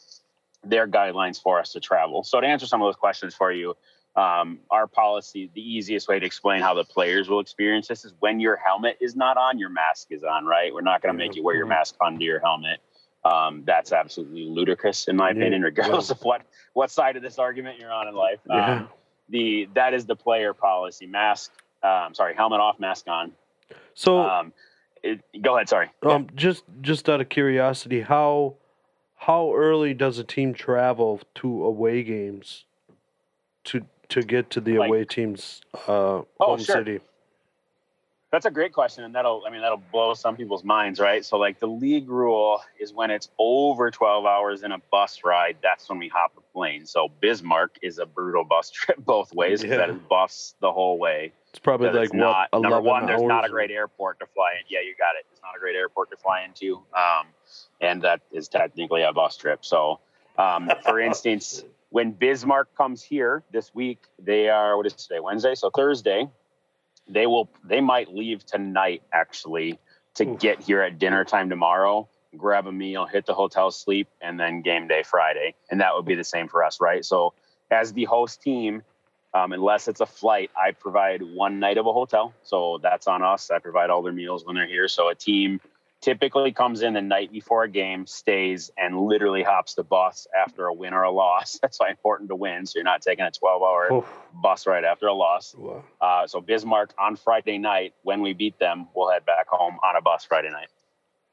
their guidelines for us to travel. So to answer some of those questions for you, um, our policy, the easiest way to explain how the players will experience this is when your helmet is not on, your mask is on, right? We're not going to make you wear your mask under your helmet. Um, that's absolutely ludicrous, in my Yeah. opinion, regardless of what what side of this argument you're on in life. Um, Yeah. The that is the player policy: mask, um, sorry, helmet off, mask on. So Um, it, go ahead. Sorry. Um, just just out of curiosity, how how early does a team travel to away games to to get to the Like- Oh, away team's uh, home sure. city? That's a great question, and that'll I mean that'll blow some people's minds, right? So like the league rule is when it's over 12 hours in a bus ride, that's when we hop a plane. So Bismarck is a brutal bus [laughs] trip both ways 'cause Yeah. that is bus the whole way. It's probably That like it's what not number 11 one. There's not a hours? great airport to fly in. Yeah, you got it. It's not a great airport to fly into, um, and that is technically a bus trip. So, um, [laughs] for instance, when Bismarck comes here this week, they are what is today Wednesday, so Thursday. They will. They might leave tonight actually to Oof. get here at dinner time tomorrow. Grab a meal, hit the hotel, sleep, and then game day Friday, and that would be the same for us, right? So, as the host team, um, unless it's a flight, I provide one night of a hotel. So that's on us. I provide all their meals when they're here. So a team typically comes in the night before a game, stays, and literally hops the bus after a win or a loss. [laughs] That's why important to win. So you're not taking a 12 hour Oof. bus ride after a loss. Wow. Uh, so Bismarck on Friday night, when we beat them, we'll head back home on a bus Friday night.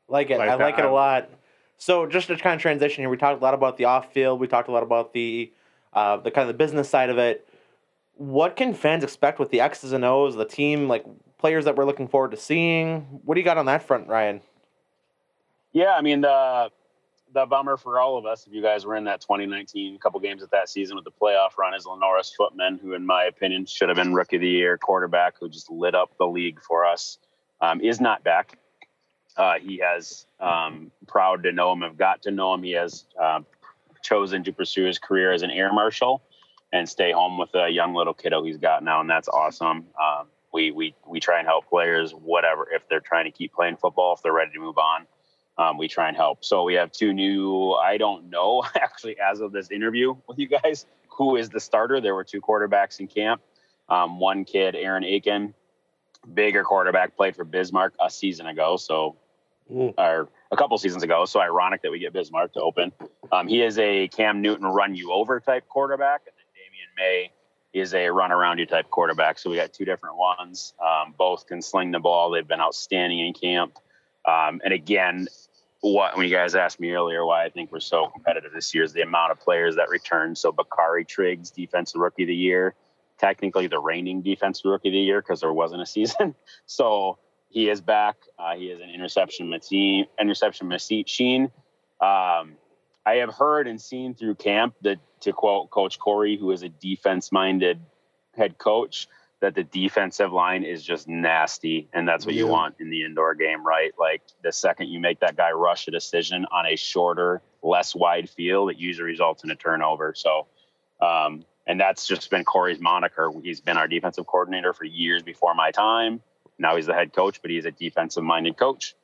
Like it. Like I that. like it a lot. So just to kind of transition here, we talked a lot about the off field. We talked a lot about the uh, the kind of the business side of it. What can fans expect with the X's and O's, the team? Like, players that we're looking forward to seeing. What do you got on that front, Ryan? Yeah, I mean the the bummer for all of us if you guys were in that 2019 couple games of that season with the playoff run is Lenoris Footman, who in my opinion should have been rookie of the year quarterback, who just lit up the league for us, um, is not back. Uh, he has um, proud to know him, have got to know him. He has um, chosen to pursue his career as an air marshal and stay home with a young little kiddo he's got now, and that's awesome. Um, we we we try and help players, whatever, if they're trying to keep playing football, if they're ready to move on, um, we try and help. So we have two new. I don't know [laughs] actually as of this interview with you guys who is the starter. There were two quarterbacks in camp. Um, one kid, Aaron Aiken, bigger quarterback, played for Bismarck a season ago. So Mm. or a couple seasons ago. So ironic that we get Bismarck to open. Um, he is a Cam Newton run you over type quarterback, and then Damian May is a run around you type quarterback. So we got two different ones. Um, both can sling the ball. They've been outstanding in camp. Um, and again, what when you guys asked me earlier why I think we're so competitive this year is the amount of players that return. So Bakari Triggs, defensive rookie of the year, technically the reigning defensive rookie of the year because there wasn't a season. So he is back. Uh, he is an interception machine. Interception machine. Um, I have heard and seen through camp that, to quote Coach Corey, who is a defense-minded head coach, that the defensive line is just nasty, and that's what you Yeah. want in the indoor game, right? Like the second you make that guy rush a decision on a shorter, less wide field, it usually results in a turnover. So. Um, and that's just been Corey's moniker. He's been our defensive coordinator for years before my time now he's the head coach, but he's a defensive minded coach.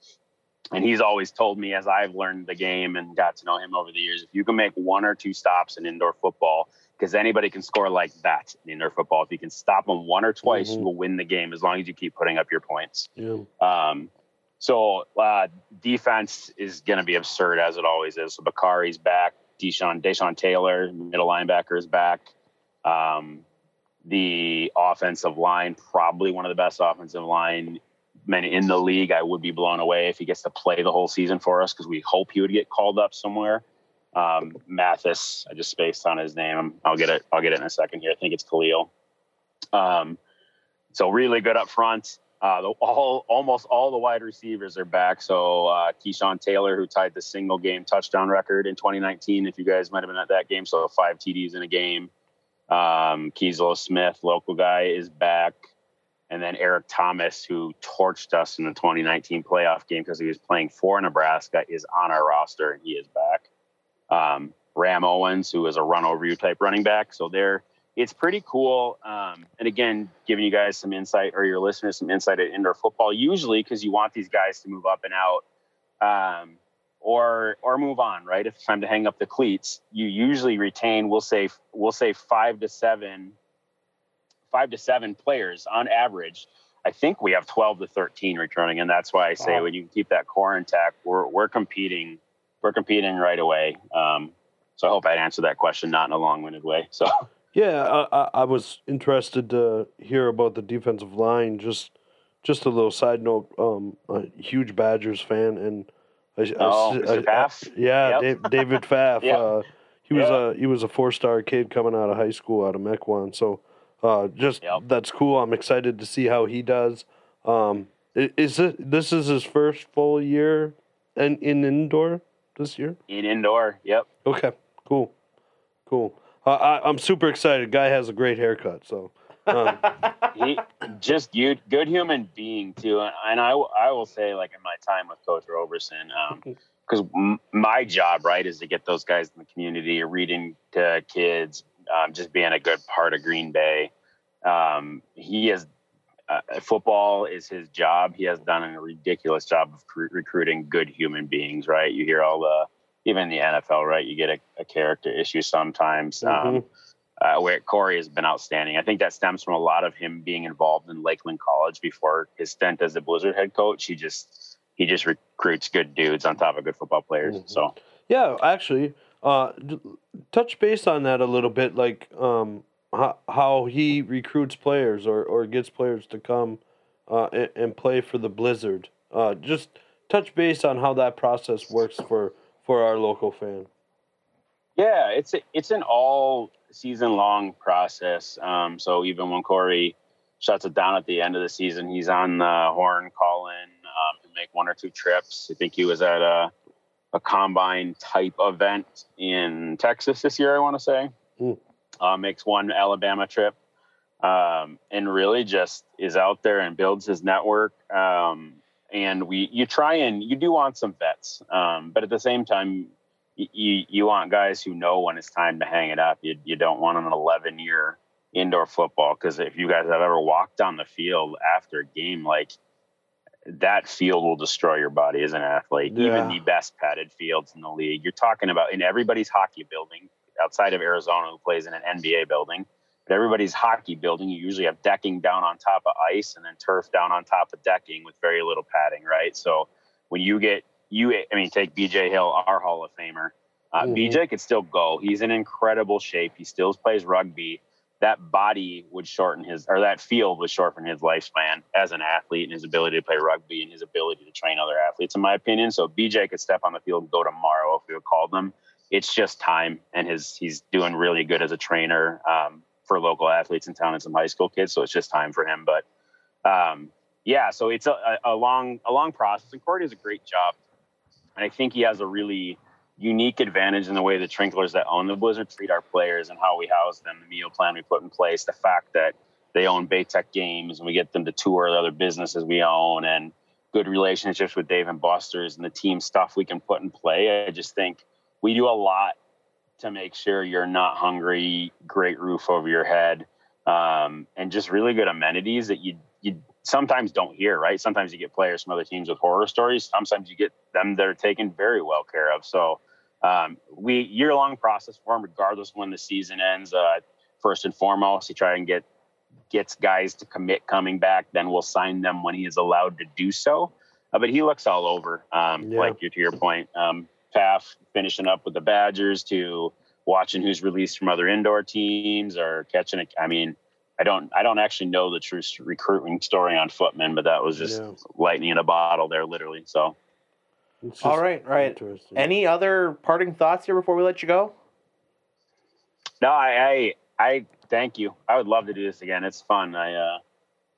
And he's always told me as I've learned the game and got to know him over the years, if you can make one or two stops in indoor football, because anybody can score like that in indoor football. If you can stop them one or twice, Mhm. you will win the game as long as you keep putting up your points. Yeah. Um, so uh, defense is going to be absurd as it always is. So Bakari's back. Deshaun Deshaun Taylor, middle linebacker, is back. Um, the offensive line, probably one of the best offensive line men in the league. I would be blown away if he gets to play the whole season for us because we hope he would get called up somewhere. Um, Mathis, I just spaced on his name. I'll get it. I'll get it in a second here. I think it's Khalil. Um, so really good up front. Uh, the, all almost all the wide receivers are back. So uh, Keyshawn Taylor, who tied the single game touchdown record in 2019, if you guys might have been at that game, so five TDs in a game. Um, Kiesel Smith, local guy, is back, and then Eric Thomas, who torched us in the 2019 playoff game because he was playing for Nebraska, is on our roster and he is back. Um, Ram Owens, who is a run over you type running back, so they're it's pretty cool. Um, and again, giving you guys some insight or your listeners some insight at indoor football, usually because you want these guys to move up and out um, or or move on, right? If it's time to hang up the cleats, you usually retain, we'll say we'll say five to seven, five to seven players on average. I think we have twelve to thirteen returning, and that's why I say Wow. when you can keep that core intact, we're we're competing, we're competing right away. Um, so I hope I'd answer that question not in a long-winded way. So. Yeah, I, I, I was interested to hear about the defensive line. Just, just a little side note. Um, a huge Badgers fan, and I, I- Oh, I- Mr. I- Pfaff? yeah, Yep. Da- David [laughs] Pfaff. Yeah. uh, he was Yeah. a he was a four star kid coming out of high school out of Mequon. So, uh, just Yep. that's cool. I'm excited to see how he does. Um, i- is this this is his first full year and in indoor this year? in indoor. Yep. Okay, cool, cool. Uh, I, I'm super excited. Guy has a great haircut, so [laughs] um, He just you good human being too. And, and I w- I will say like in my time with Coach Roberson, um, because m- my job right is to get those guys in the community, reading to kids, um, just being a good part of Green Bay. Um, he is uh, football is his job. He has done a ridiculous job of cr- recruiting good human beings. Right? You hear all the even the NFL, right? You get a, a character issue sometimes. Um, Mhm. uh, where Corey has been outstanding. I think that stems from a lot of him being involved in Lakeland College before his stint as the Blizzard head coach. He just he just recruits good dudes on top of good football players. Mhm. So yeah, actually, uh, d- touch base on that a little bit, like um, how, how he recruits players or, or gets players to come uh, and, and play for the Blizzard. Uh, just touch base on how that process works for for our local fan. Yeah, it's a, it's an all season long process. Um, so even when Corey shuts it down at the end of the season. He's on the horn calling um, to make one or two trips. I think he was at a, a combine type event in Texas this year, I want to say. Ooh. Uh, makes one Alabama trip um, and really just is out there and builds his network. Um, and we, you try and you do want some vets, um, but at the same time, y- you you want guys who know when it's time to hang it up. You you don't want an 11 year indoor football because if you guys have ever walked on the field after a game, like that field will destroy your body as an athlete. Yeah. Even the best padded fields in the league, you're talking about in everybody's hockey building outside of Arizona, who plays in an NBA building. But everybody's hockey building, you usually have decking down on top of ice and then turf down on top of decking with very little padding, right? So when you get you, I mean, take BJ Hill, our Hall of Famer. Uh, Mhm. BJ could still go. He's in incredible shape. He still plays rugby. That body would shorten his, or that field would shorten his lifespan as an athlete and his ability to play rugby and his ability to train other athletes, in my opinion. So BJ could step on the field and go tomorrow if we would call them it's just time and his he's doing really good as a trainer um, for local athletes in town and some high school kids so it's just time for him but um, yeah so it's a, a, a long a long process and corey does a great job and i think he has a really unique advantage in the way the trinklers that own the blizzard treat our players and how we house them the meal plan we put in place the fact that they own baytech games and we get them to tour the other businesses we own and good relationships with dave and busters and the team stuff we can put in play i just think we do a lot to make sure you're not hungry, great roof over your head, um, and just really good amenities that you you sometimes don't hear. Right? Sometimes you get players from other teams with horror stories. Sometimes you get them that are taken very well care of. So um, we year long process for them, regardless of when the season ends. Uh, first and foremost, you try and get gets guys to commit coming back. Then we'll sign them when he is allowed to do so. Uh, but he looks all over. Um, Yeah. Like you to your point, um, Paff finishing up with the Badgers to watching who's released from other indoor teams or catching a I mean, I don't I don't actually know the true s- recruiting story on Footman, but that was just Yeah. lightning in a bottle there, literally. So It's just All right, right. Interesting. Any other parting thoughts here before we let you go? no, I, I I thank you. I would love to do this again. It's fun. I uh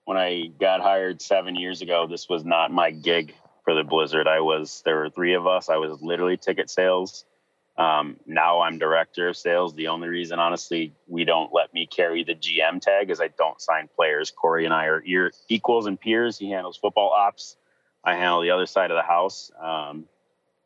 when I got hired seven years ago, this was not my gig for the Blizzard. I was there were three of us. I was literally ticket sales. Um, now I'm director of sales. The only reason, honestly, we don't let me carry the GM tag is I don't sign players. Corey and I are ear- equals and peers. He handles football ops. I handle the other side of the house. Um,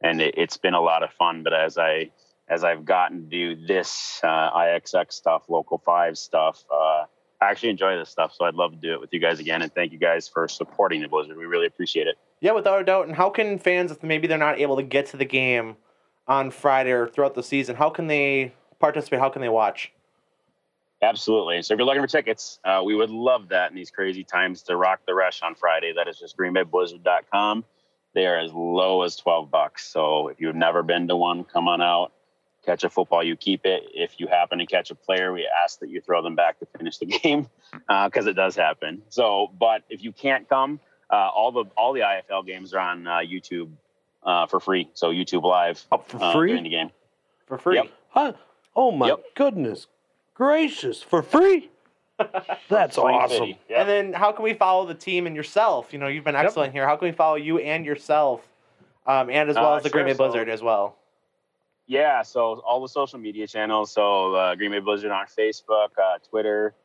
and it, it's been a lot of fun. But as I as I've gotten to do this uh, IXX stuff, local five stuff, uh, I actually enjoy this stuff. So I'd love to do it with you guys again. And thank you guys for supporting the Blizzard. We really appreciate it. Yeah, without a doubt. And how can fans, if maybe they're not able to get to the game on Friday or throughout the season, how can they participate? How can they watch? Absolutely. So if you're looking for tickets, uh, we would love that in these crazy times to rock the rush on Friday. That is just greenbayblizzard.com. They are as low as 12 bucks. So if you've never been to one, come on out, catch a football, you keep it. If you happen to catch a player, we ask that you throw them back to finish the [laughs] game because it does happen. So, but if you can't come, uh, all the all the IFL games are on uh, YouTube uh, for free. So YouTube Live up for uh, during the free? game. For free. Yep. Huh? Oh my Yep. goodness gracious! For free? That's Free awesome. city. Yep. And then how can we follow the team and yourself? You know, you've been excellent here. How can we follow you and yourself? Um, and as well Uh, as the Green sure, Bay so- Blizzard as well. Yeah, so all the social media channels. So uh, Green Bay Blizzard on Facebook, uh, Twitter.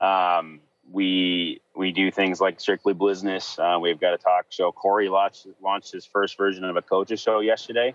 Um, we we do things like Strictly Business. Uh, we've got a talk show. Corey launched launched his first version of a coaches show yesterday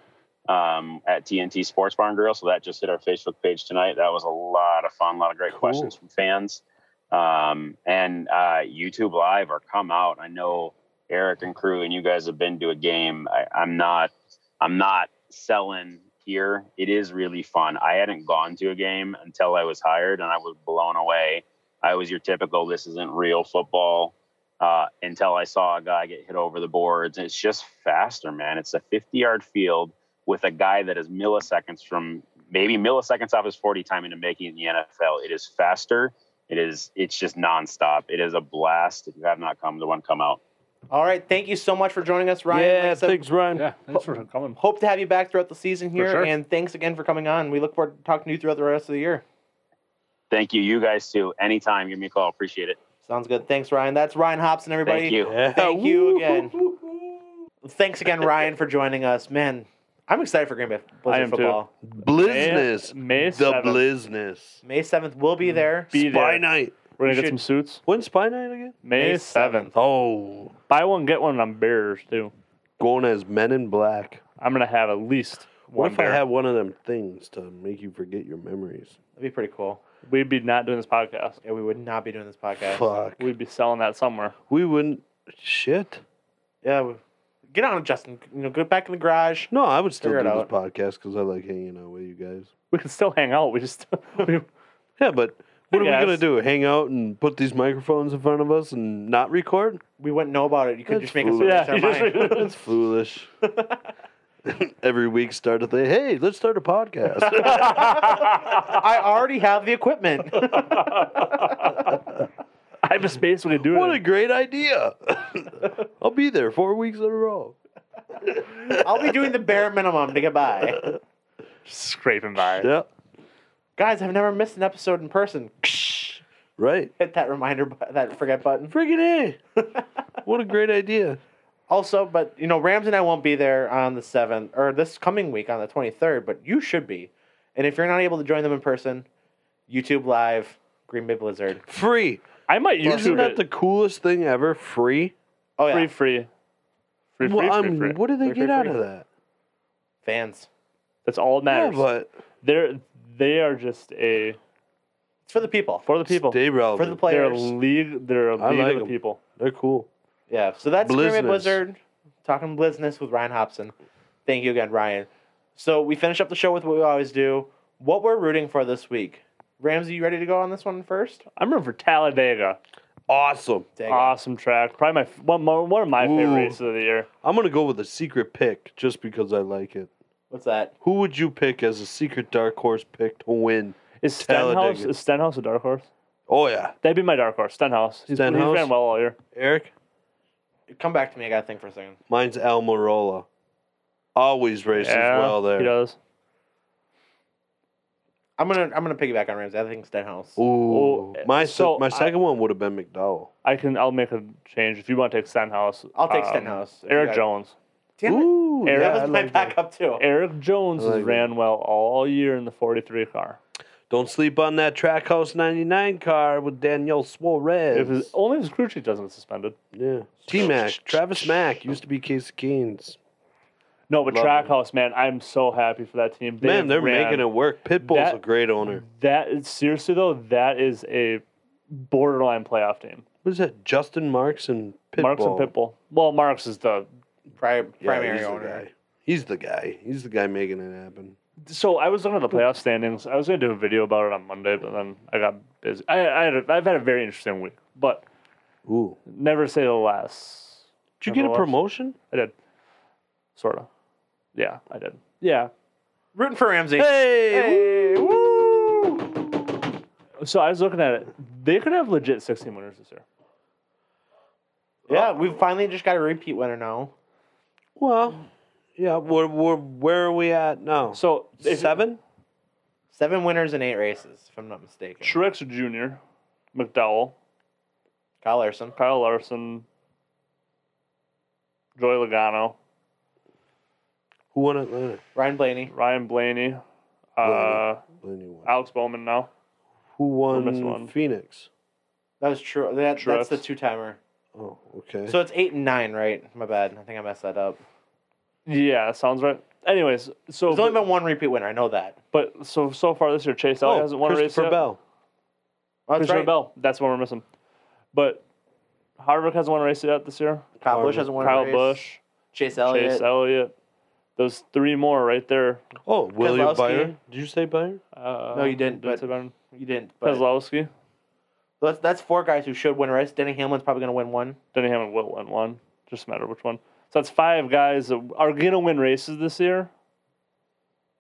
um, at TNT Sports Barn Grill. So that just hit our Facebook page tonight. That was a lot of fun. A lot of great Cool. questions from fans. Um, and uh, YouTube Live or come out. I know Eric and crew and you guys have been to a game. I, I'm not I'm not selling here. It is really fun. I hadn't gone to a game until I was hired, and I was blown away. I was your typical "this isn't real football" uh, until I saw a guy get hit over the boards. It's just faster, man. It's a 50-yard field with a guy that is milliseconds from maybe milliseconds off his 40 time into making the NFL. It is faster. It is. It's just nonstop. It is a blast. If you have not come to one, come out. All right. Thank you so much for joining us, Ryan. Like yeah, I said, thanks, Ryan. Yeah, thanks for coming. Hope to have you back throughout the season here. sure. And thanks again for coming on. We look forward to talking to you throughout the rest of the year. Thank you, you guys too. Anytime, give me a call. Appreciate it. Sounds good. Thanks, Ryan. That's Ryan Hobson, everybody. Thank you. [laughs] Yeah. Thank you again. Thanks again, Ryan, for joining us. Man, I'm excited for Green Bay Blizzard I am too. football. Blizness. May the 7th. Blizness. May 7th, we'll be there. Be Spy there. Night. We're You gonna get should- some suits. When's Spy Night again? May May seventh. Oh. Buy one, get one on bears too. Going as Men in Black. I'm gonna have at least What one if I bear. had one of them things to make you forget your memories? That'd be pretty cool. We'd be not doing this podcast. Yeah, we would not be doing this podcast. Fuck. We, We'd be selling that somewhere. wouldn't. Shit. Yeah, we, get on it, Justin. You know, get back in the garage. No, I would still Figure it do this out. podcast because I like hanging out with you guys. We could still hang out. We just [laughs] we, Yeah, but what are we guess. gonna do? Hang out and put these microphones in front of us and not [laughs] record? We wouldn't know about it. You could That's just make us foolish. lose yeah. our you [laughs] just- mind. That's [laughs] foolish. Every week, start a thing. Hey, let's start a [laughs] podcast. I already have the equipment. [laughs] I have a space we could do what a it. great idea! [laughs] I'll be there four weeks in a row. I'll be doing the bare minimum to get [laughs] by. Scraping by. Yeah, Guys, I've never missed an episode in person. right. Hit that reminder, bu- that forget button. Friggin' a! [laughs] What a great idea! Also, but you know, Rams and I won't be there on the seventh or this coming week on the twenty third, but you should be. And if you're not able to join them in person, YouTube Live, Green Bay Blizzard. Free. I might YouTube Isn't that it. the coolest thing ever? Free. Oh yeah, free, free, free, free, Well, free, I'm- free. What do they Free, get free, out free. of that? fans. That's all that Yeah, matters. but They're they are just a It's for the people. for the people. stay for the relevant. Oh, They're a players. league. They're a I league like of the 'em. people. They're cool. Yeah, so that's Green Bay Blizzness. Blizzard talking blizzness with Ryan Hobson. Thank you again, Ryan. So we finish up the show with what we always do. What we're rooting for this week. Ramsey, you ready to go on this one first? I'm rooting for Talladega. Awesome. Dang it. Awesome track. Probably my one, mo- one of my favorite Ooh. races of the year. I'm gonna go with a secret pick just because I like it. What's that? Who would you pick as a secret dark horse pick to win? Is Stenhouse Talladega. is Stenhouse a dark horse? Oh yeah, That'd be my dark horse. Stenhouse. He's, Stenhouse? he's ran well all year. Eric. Come back to me. I gotta think for a second. Mine's Almirola. Always races well He there. does. I'm gonna I'm gonna piggyback on Ramsey. I think Stenhouse. Ooh, Well, my se- so my I- second one would have been McDowell. I can. I'll make a change if you want to take Stenhouse. I'll take um, Stenhouse. if you Eric got- Jones. Damn it. Ooh, Eric- that yeah, I was my like that. backup too. Eric Jones I has like it. ran well all year in the 43 car. Don't sleep on that Trackhouse '99 car with Danielle Suarez. If his, only if his crew chief doesn't get suspended. yeah, T Mac, Travis Mack used to be Case Keynes. No, but Love him. Trackhouse, man, I'm so happy for that team. They Man, they're ran- making it work. Pitbull's That- a great owner. That is, seriously though, that is a borderline playoff team. What is that? Justin Marks and Pitbull. Marks and Pitbull. Well, Marks is the Pri- Yeah, primary he's the owner. guy. He's the guy. He's the guy making it happen. so I was looking at the playoff standings. I was going to do a video about it on Monday, but then I got busy. I, I had a, I've had a very interesting week, but Ooh. never say the last. Did you get a Nevertheless. promotion? I did, sort of. Yeah, I did. Yeah. Rooting for Ramsey. Hey! Hey, woo! So I was looking at it. They could have legit 16 winners this year. oh. Yeah, we've finally just got a repeat winner now. Well, yeah, we're, we're, where are we at now? So if Seven? Seven winners in eight races, if I'm not mistaken. Truex Jr., McDowell, Kyle Larson. Kyle Larson, Joy Logano, Who won Atlanta? Ryan Blaney. Ryan Blaney, uh, Blaney. Blaney won. Alex Bowman now. Who missed one. won Phoenix? That was true. That, Truex. that's the two timer. Oh, [laughs] okay. So it's eight and nine, right? My bad. I think I messed that up. Yeah, sounds right. Anyways, so There's only been one repeat winner. I know that. But so so far this year, Chase oh, Elliott hasn't won a race Christopher yet. Bell. Oh, that's Christopher right. Bell. That's one we're missing. But Harvick hasn't won a race yet this year. Kyle Bush hasn't won a Kyle race. Bush, Chase Elliott. Chase Elliott. Those three more right there. Oh, William Keselowski. Byron. Did you say Byron? Uh, No, you didn't, Did I but- say Byron? You didn't. But Keselowski. that's, that's four guys who should win a race. Denny Hamlin's probably going to win one. Denny Hamlin will win one. Just a matter of which one. So that's five guys that are gonna win races this year.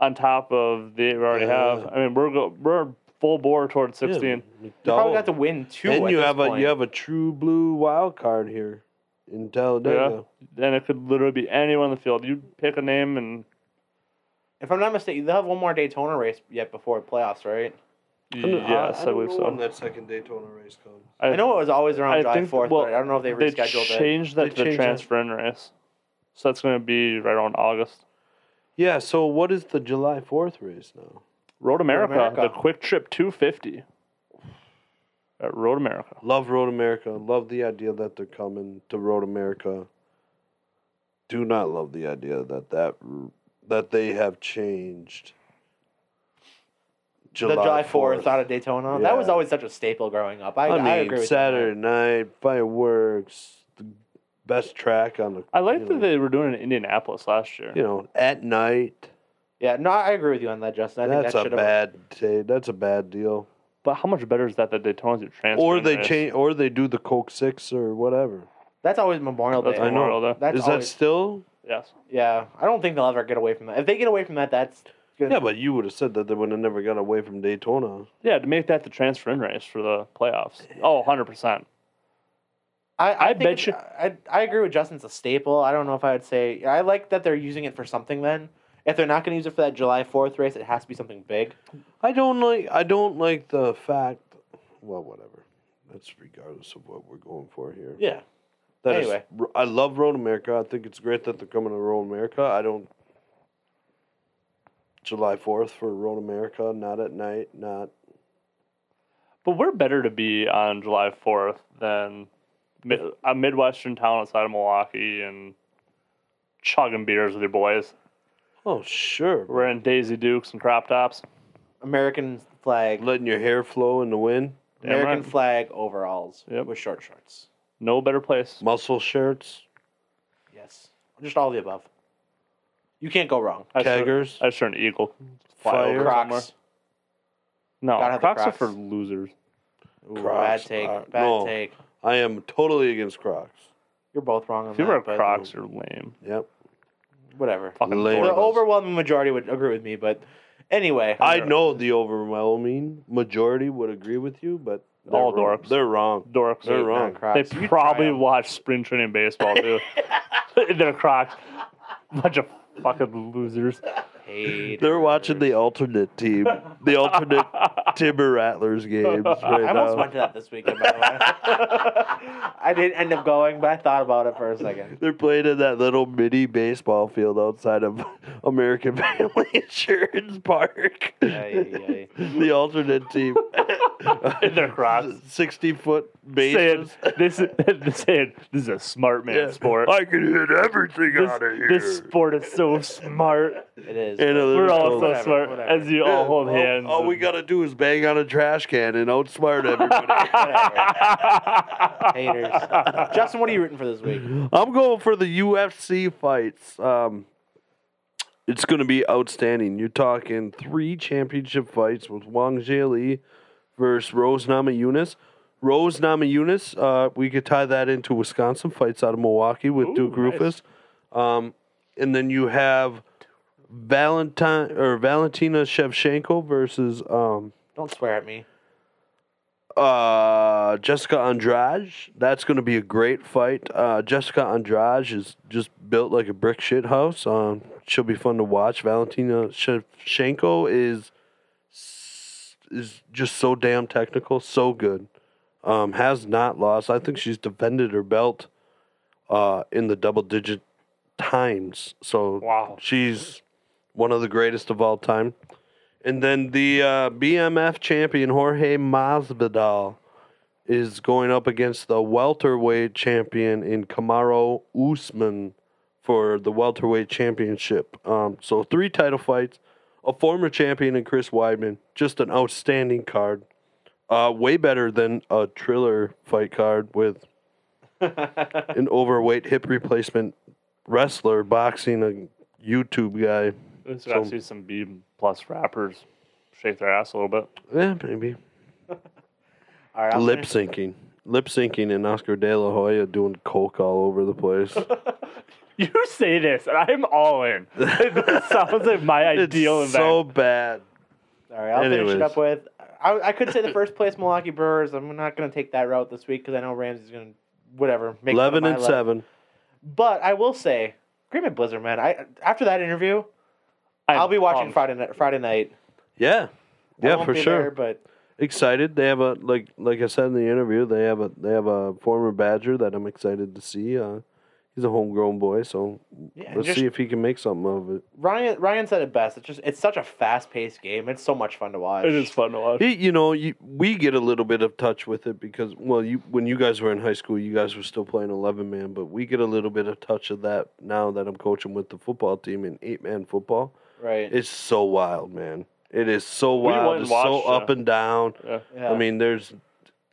On top of the we already Yeah. have. I mean, we're go, we're full bore towards sixteen. Yeah, You probably got McDowell. to win two. And at you this have a point. you have a true blue wild card here in Talladega. Then it could literally be anyone in the field. You pick a name and If I'm not mistaken, they'll have one more Daytona race yet before playoffs, right? Yes, I, don't believe know When so. that second Daytona race comes. I know it was always around I July think- 4th, well, but I don't know if they They rescheduled it. changed that They to the changed that. transfer in race. So that's going to be right around August. Yeah. So what is the July Fourth race now? Road America, America. the Quick Trip 250 at Road America. Love Road America. Love the idea that they're coming to Road America. Do not love the idea that that that they have changed. The July 4th out of Daytona. That was Yeah. always such a staple growing up. I, I, I, mean, agree with Saturday night fireworks, the best track on the. I like you that know, they were doing it in Indianapolis last year. You know, at night. You. Yeah, no, I agree with you on that, Justin. I think That's that a should have. bad. ta- That's a bad deal. But how much better is that that Daytona's your transfer? Or in they race? change. Or they do the Coke Six or whatever. That's always Memorial Day. That's I know. Memorial Day. That's Is that always, still? Yes. yeah. I don't think they'll ever get away from that. If they get away from that, that's good. Yeah, but you would have said that they would have never got away from Daytona. Yeah, to make that the transfer in race for the playoffs. Oh, 100%. I, I, I think bet it's- I, I agree with Justin. It's a staple. I don't know if I would say. I like that they're using it for something then. If they're not going to use it for that July 4th race, it has to be something big. I don't like. I don't like the fact. Well, whatever. That's regardless of what we're going for here. Yeah. That is- anyway. I love Road America. I think it's great that they're coming to Road America. I don't. July Fourth for Road America. Not at night. Not. But we're better to be on July 4th than mid, a Midwestern town outside of Milwaukee and chugging beers with your boys. Oh sure. We're in Daisy Dukes and crop tops. American flag, Letting your hair flow in the wind. Damn American right. flag overalls Yep. with short shorts. No better place. Muscle shirts. Yes. Just all the above. You can't go wrong. I sure- Keggers. I sure an eagle. fly Fire. over somewhere. Crocs. No, Gotta have Crocs, the are Crocs. for losers. Ooh, Crocs Bad take. are- bad no. take. I am totally against Crocs. You're both wrong on If you that. wear but Crocs, you're lame. Yep. Whatever. Fucking Lame. The dork. Or those- overwhelming majority would agree with me, but anyway. I know the overwhelming majority would agree with you, but they're All wrong. dorks. They're wrong. dorks. They're Hate are- on wrong. Crocs. They You try probably 'em. watch spring training baseball [laughs] too. They're Crocs. Bunch of fucking losers. [laughs] Haters. They're watching the alternate team, the [laughs] alternate Timber Rattlers games right I almost now. went to that this weekend, by the way. [laughs] I didn't end up going, but I thought about it for a second. They're playing in that little mini baseball field outside of [laughs] American Family [laughs] Insurance Park. Ay, the alternate [laughs] team. [laughs] They're Crocs. Sixty foot Saying bases. this is saying this is a smart [laughs] man Yeah. sport. I can hit everything This, out of here. this sport is so smart. It [laughs] is. Analytical. We're all so Whatever, smart whatever. as you all hold all, hands. all Oh, we and- gotta do is bang on a trash can and [laughs] outsmart everybody. Haters. [laughs] Justin, what are you rooting for this week? I'm going for the UFC fights. Um, it's gonna be outstanding. You're talking three championship fights with Wang Jiali versus Rose Namajunas. Rose Namajunas, uh, we could tie that into Wisconsin fights out of Milwaukee with Ooh, Duke nice. Rufus. Um, and then you have Valentine or Valentina Shevchenko versus um, [laughs] Don't swear at me. uh, Jessica Andrade. That's going to be a great fight. Uh, Jessica Andrade is just built like a brick shit house. Um, she'll be fun to watch. Valentina Shevchenko is is just so damn technical, so good. Um, has not lost. I think she's defended her belt uh, in the double digit times. So wow. She's one of the greatest of all time. And then the uh, BMF champion Jorge Masvidal is going up against the welterweight champion in Kamaro Usman for the welterweight championship. Um, so three title fights, a former champion in Chris Weidman, just an outstanding card. Uh, way better than a Triller fight card with an overweight hip replacement wrestler boxing a YouTube guy. Let's gotta So- see some B plus rappers shake their ass a little bit. Yeah, maybe. All right, I'm Lip syncing. Lip syncing and Oscar De La Hoya doing coke all over [laughs] the place. [laughs] You say this, and I'm all [laughs] in. It sounds like my ideal it's event. so bad. All right, I'll finish Anyways. it up with. I, I could say the first place Milwaukee Brewers. I'm not going to take that route this week because I know Ramsey's going to whatever make fun of Eleven my and luck. seven. But I will say, Agreement Blizzard, man. I after that interview, I'm i will be watching pumped. Friday night. Friday night. Yeah, I yeah, won't for be sure. there, but excited. They have a like like I said in the interview, they have a they have a former Badger that I'm excited to see. Uh, he's a homegrown boy, so Yeah, let's just- see if he can make something of it. Ryan Ryan said it best. It's just it's such a fast paced game. It's so much fun to watch. It is fun to watch. He, you know, you, we get a little bit of touch with it because well, you when you guys were in high school, you guys were still playing eleven man, but we get a little bit of touch of that now that I'm coaching with the football team in eight man football. right. It's so wild, man. It is so We went wild. and It's so watched, uh, up and down. Yeah. yeah. I mean, there's,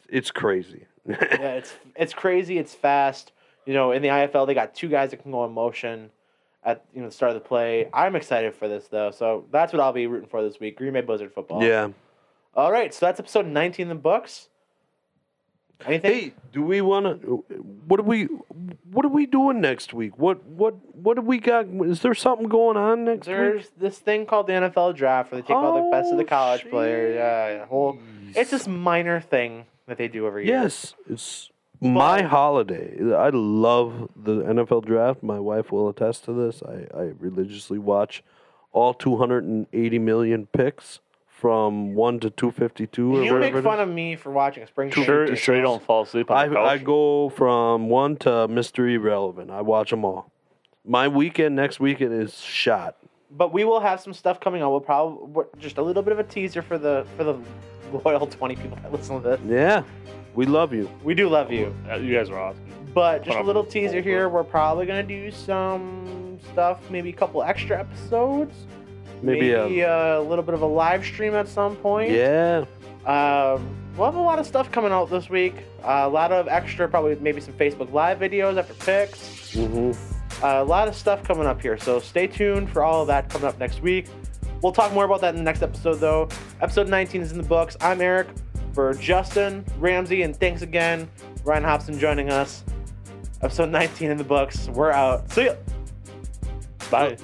it's crazy. yeah, it's it's crazy. It's fast. You know, in the IFL, they got two guys that can go in motion at you know the start of the play. I'm excited for this though, so that's what I'll be rooting for this week. Green Bay Blizzard football. yeah. All right, so that's episode 19 in the books. Anything? Hey, do we want to? What are we? What are we doing next week? What what what do we got? Is there something going on next There's week? this thing called the NFL draft where they take all the best of the Oh, college players. Yeah, yeah, whole. It's this minor thing that they do every year. Yes, it's my holiday. I love the NFL draft. My wife will attest to this. I, I religiously watch all 280 million picks from 1 to 252 or You make whatever it fun is. of me for watching a spring game. Sure, sure you don't fall asleep on the I, I couch. go from 1 to mystery relevant. I watch them all. My weekend next weekend is shot. But we will have some stuff coming on. We'll probably just a little bit of a teaser for the for the loyal [laughs] 20 people that listen to this. Yeah. We love you. We do love you, Uh, you guys are awesome. but just a Probably. little teaser here. We're probably gonna do some stuff, maybe a couple extra episodes, Maybe, a- a, little bit of a live stream at some point. Yeah. Um, we'll have a lot of stuff coming out this week. Uh, a lot of extra, probably maybe some Facebook Live videos after picks. hmm Uh, a lot of stuff coming up here. So stay tuned for all of that coming up next week. We'll talk more about that in the next episode, though. Episode 19 is in the books. I'm Eric for Justin, Ramsey, and thanks again, Ryan Hobson joining us. Episode 19 in the books. We're out. See ya. Bye.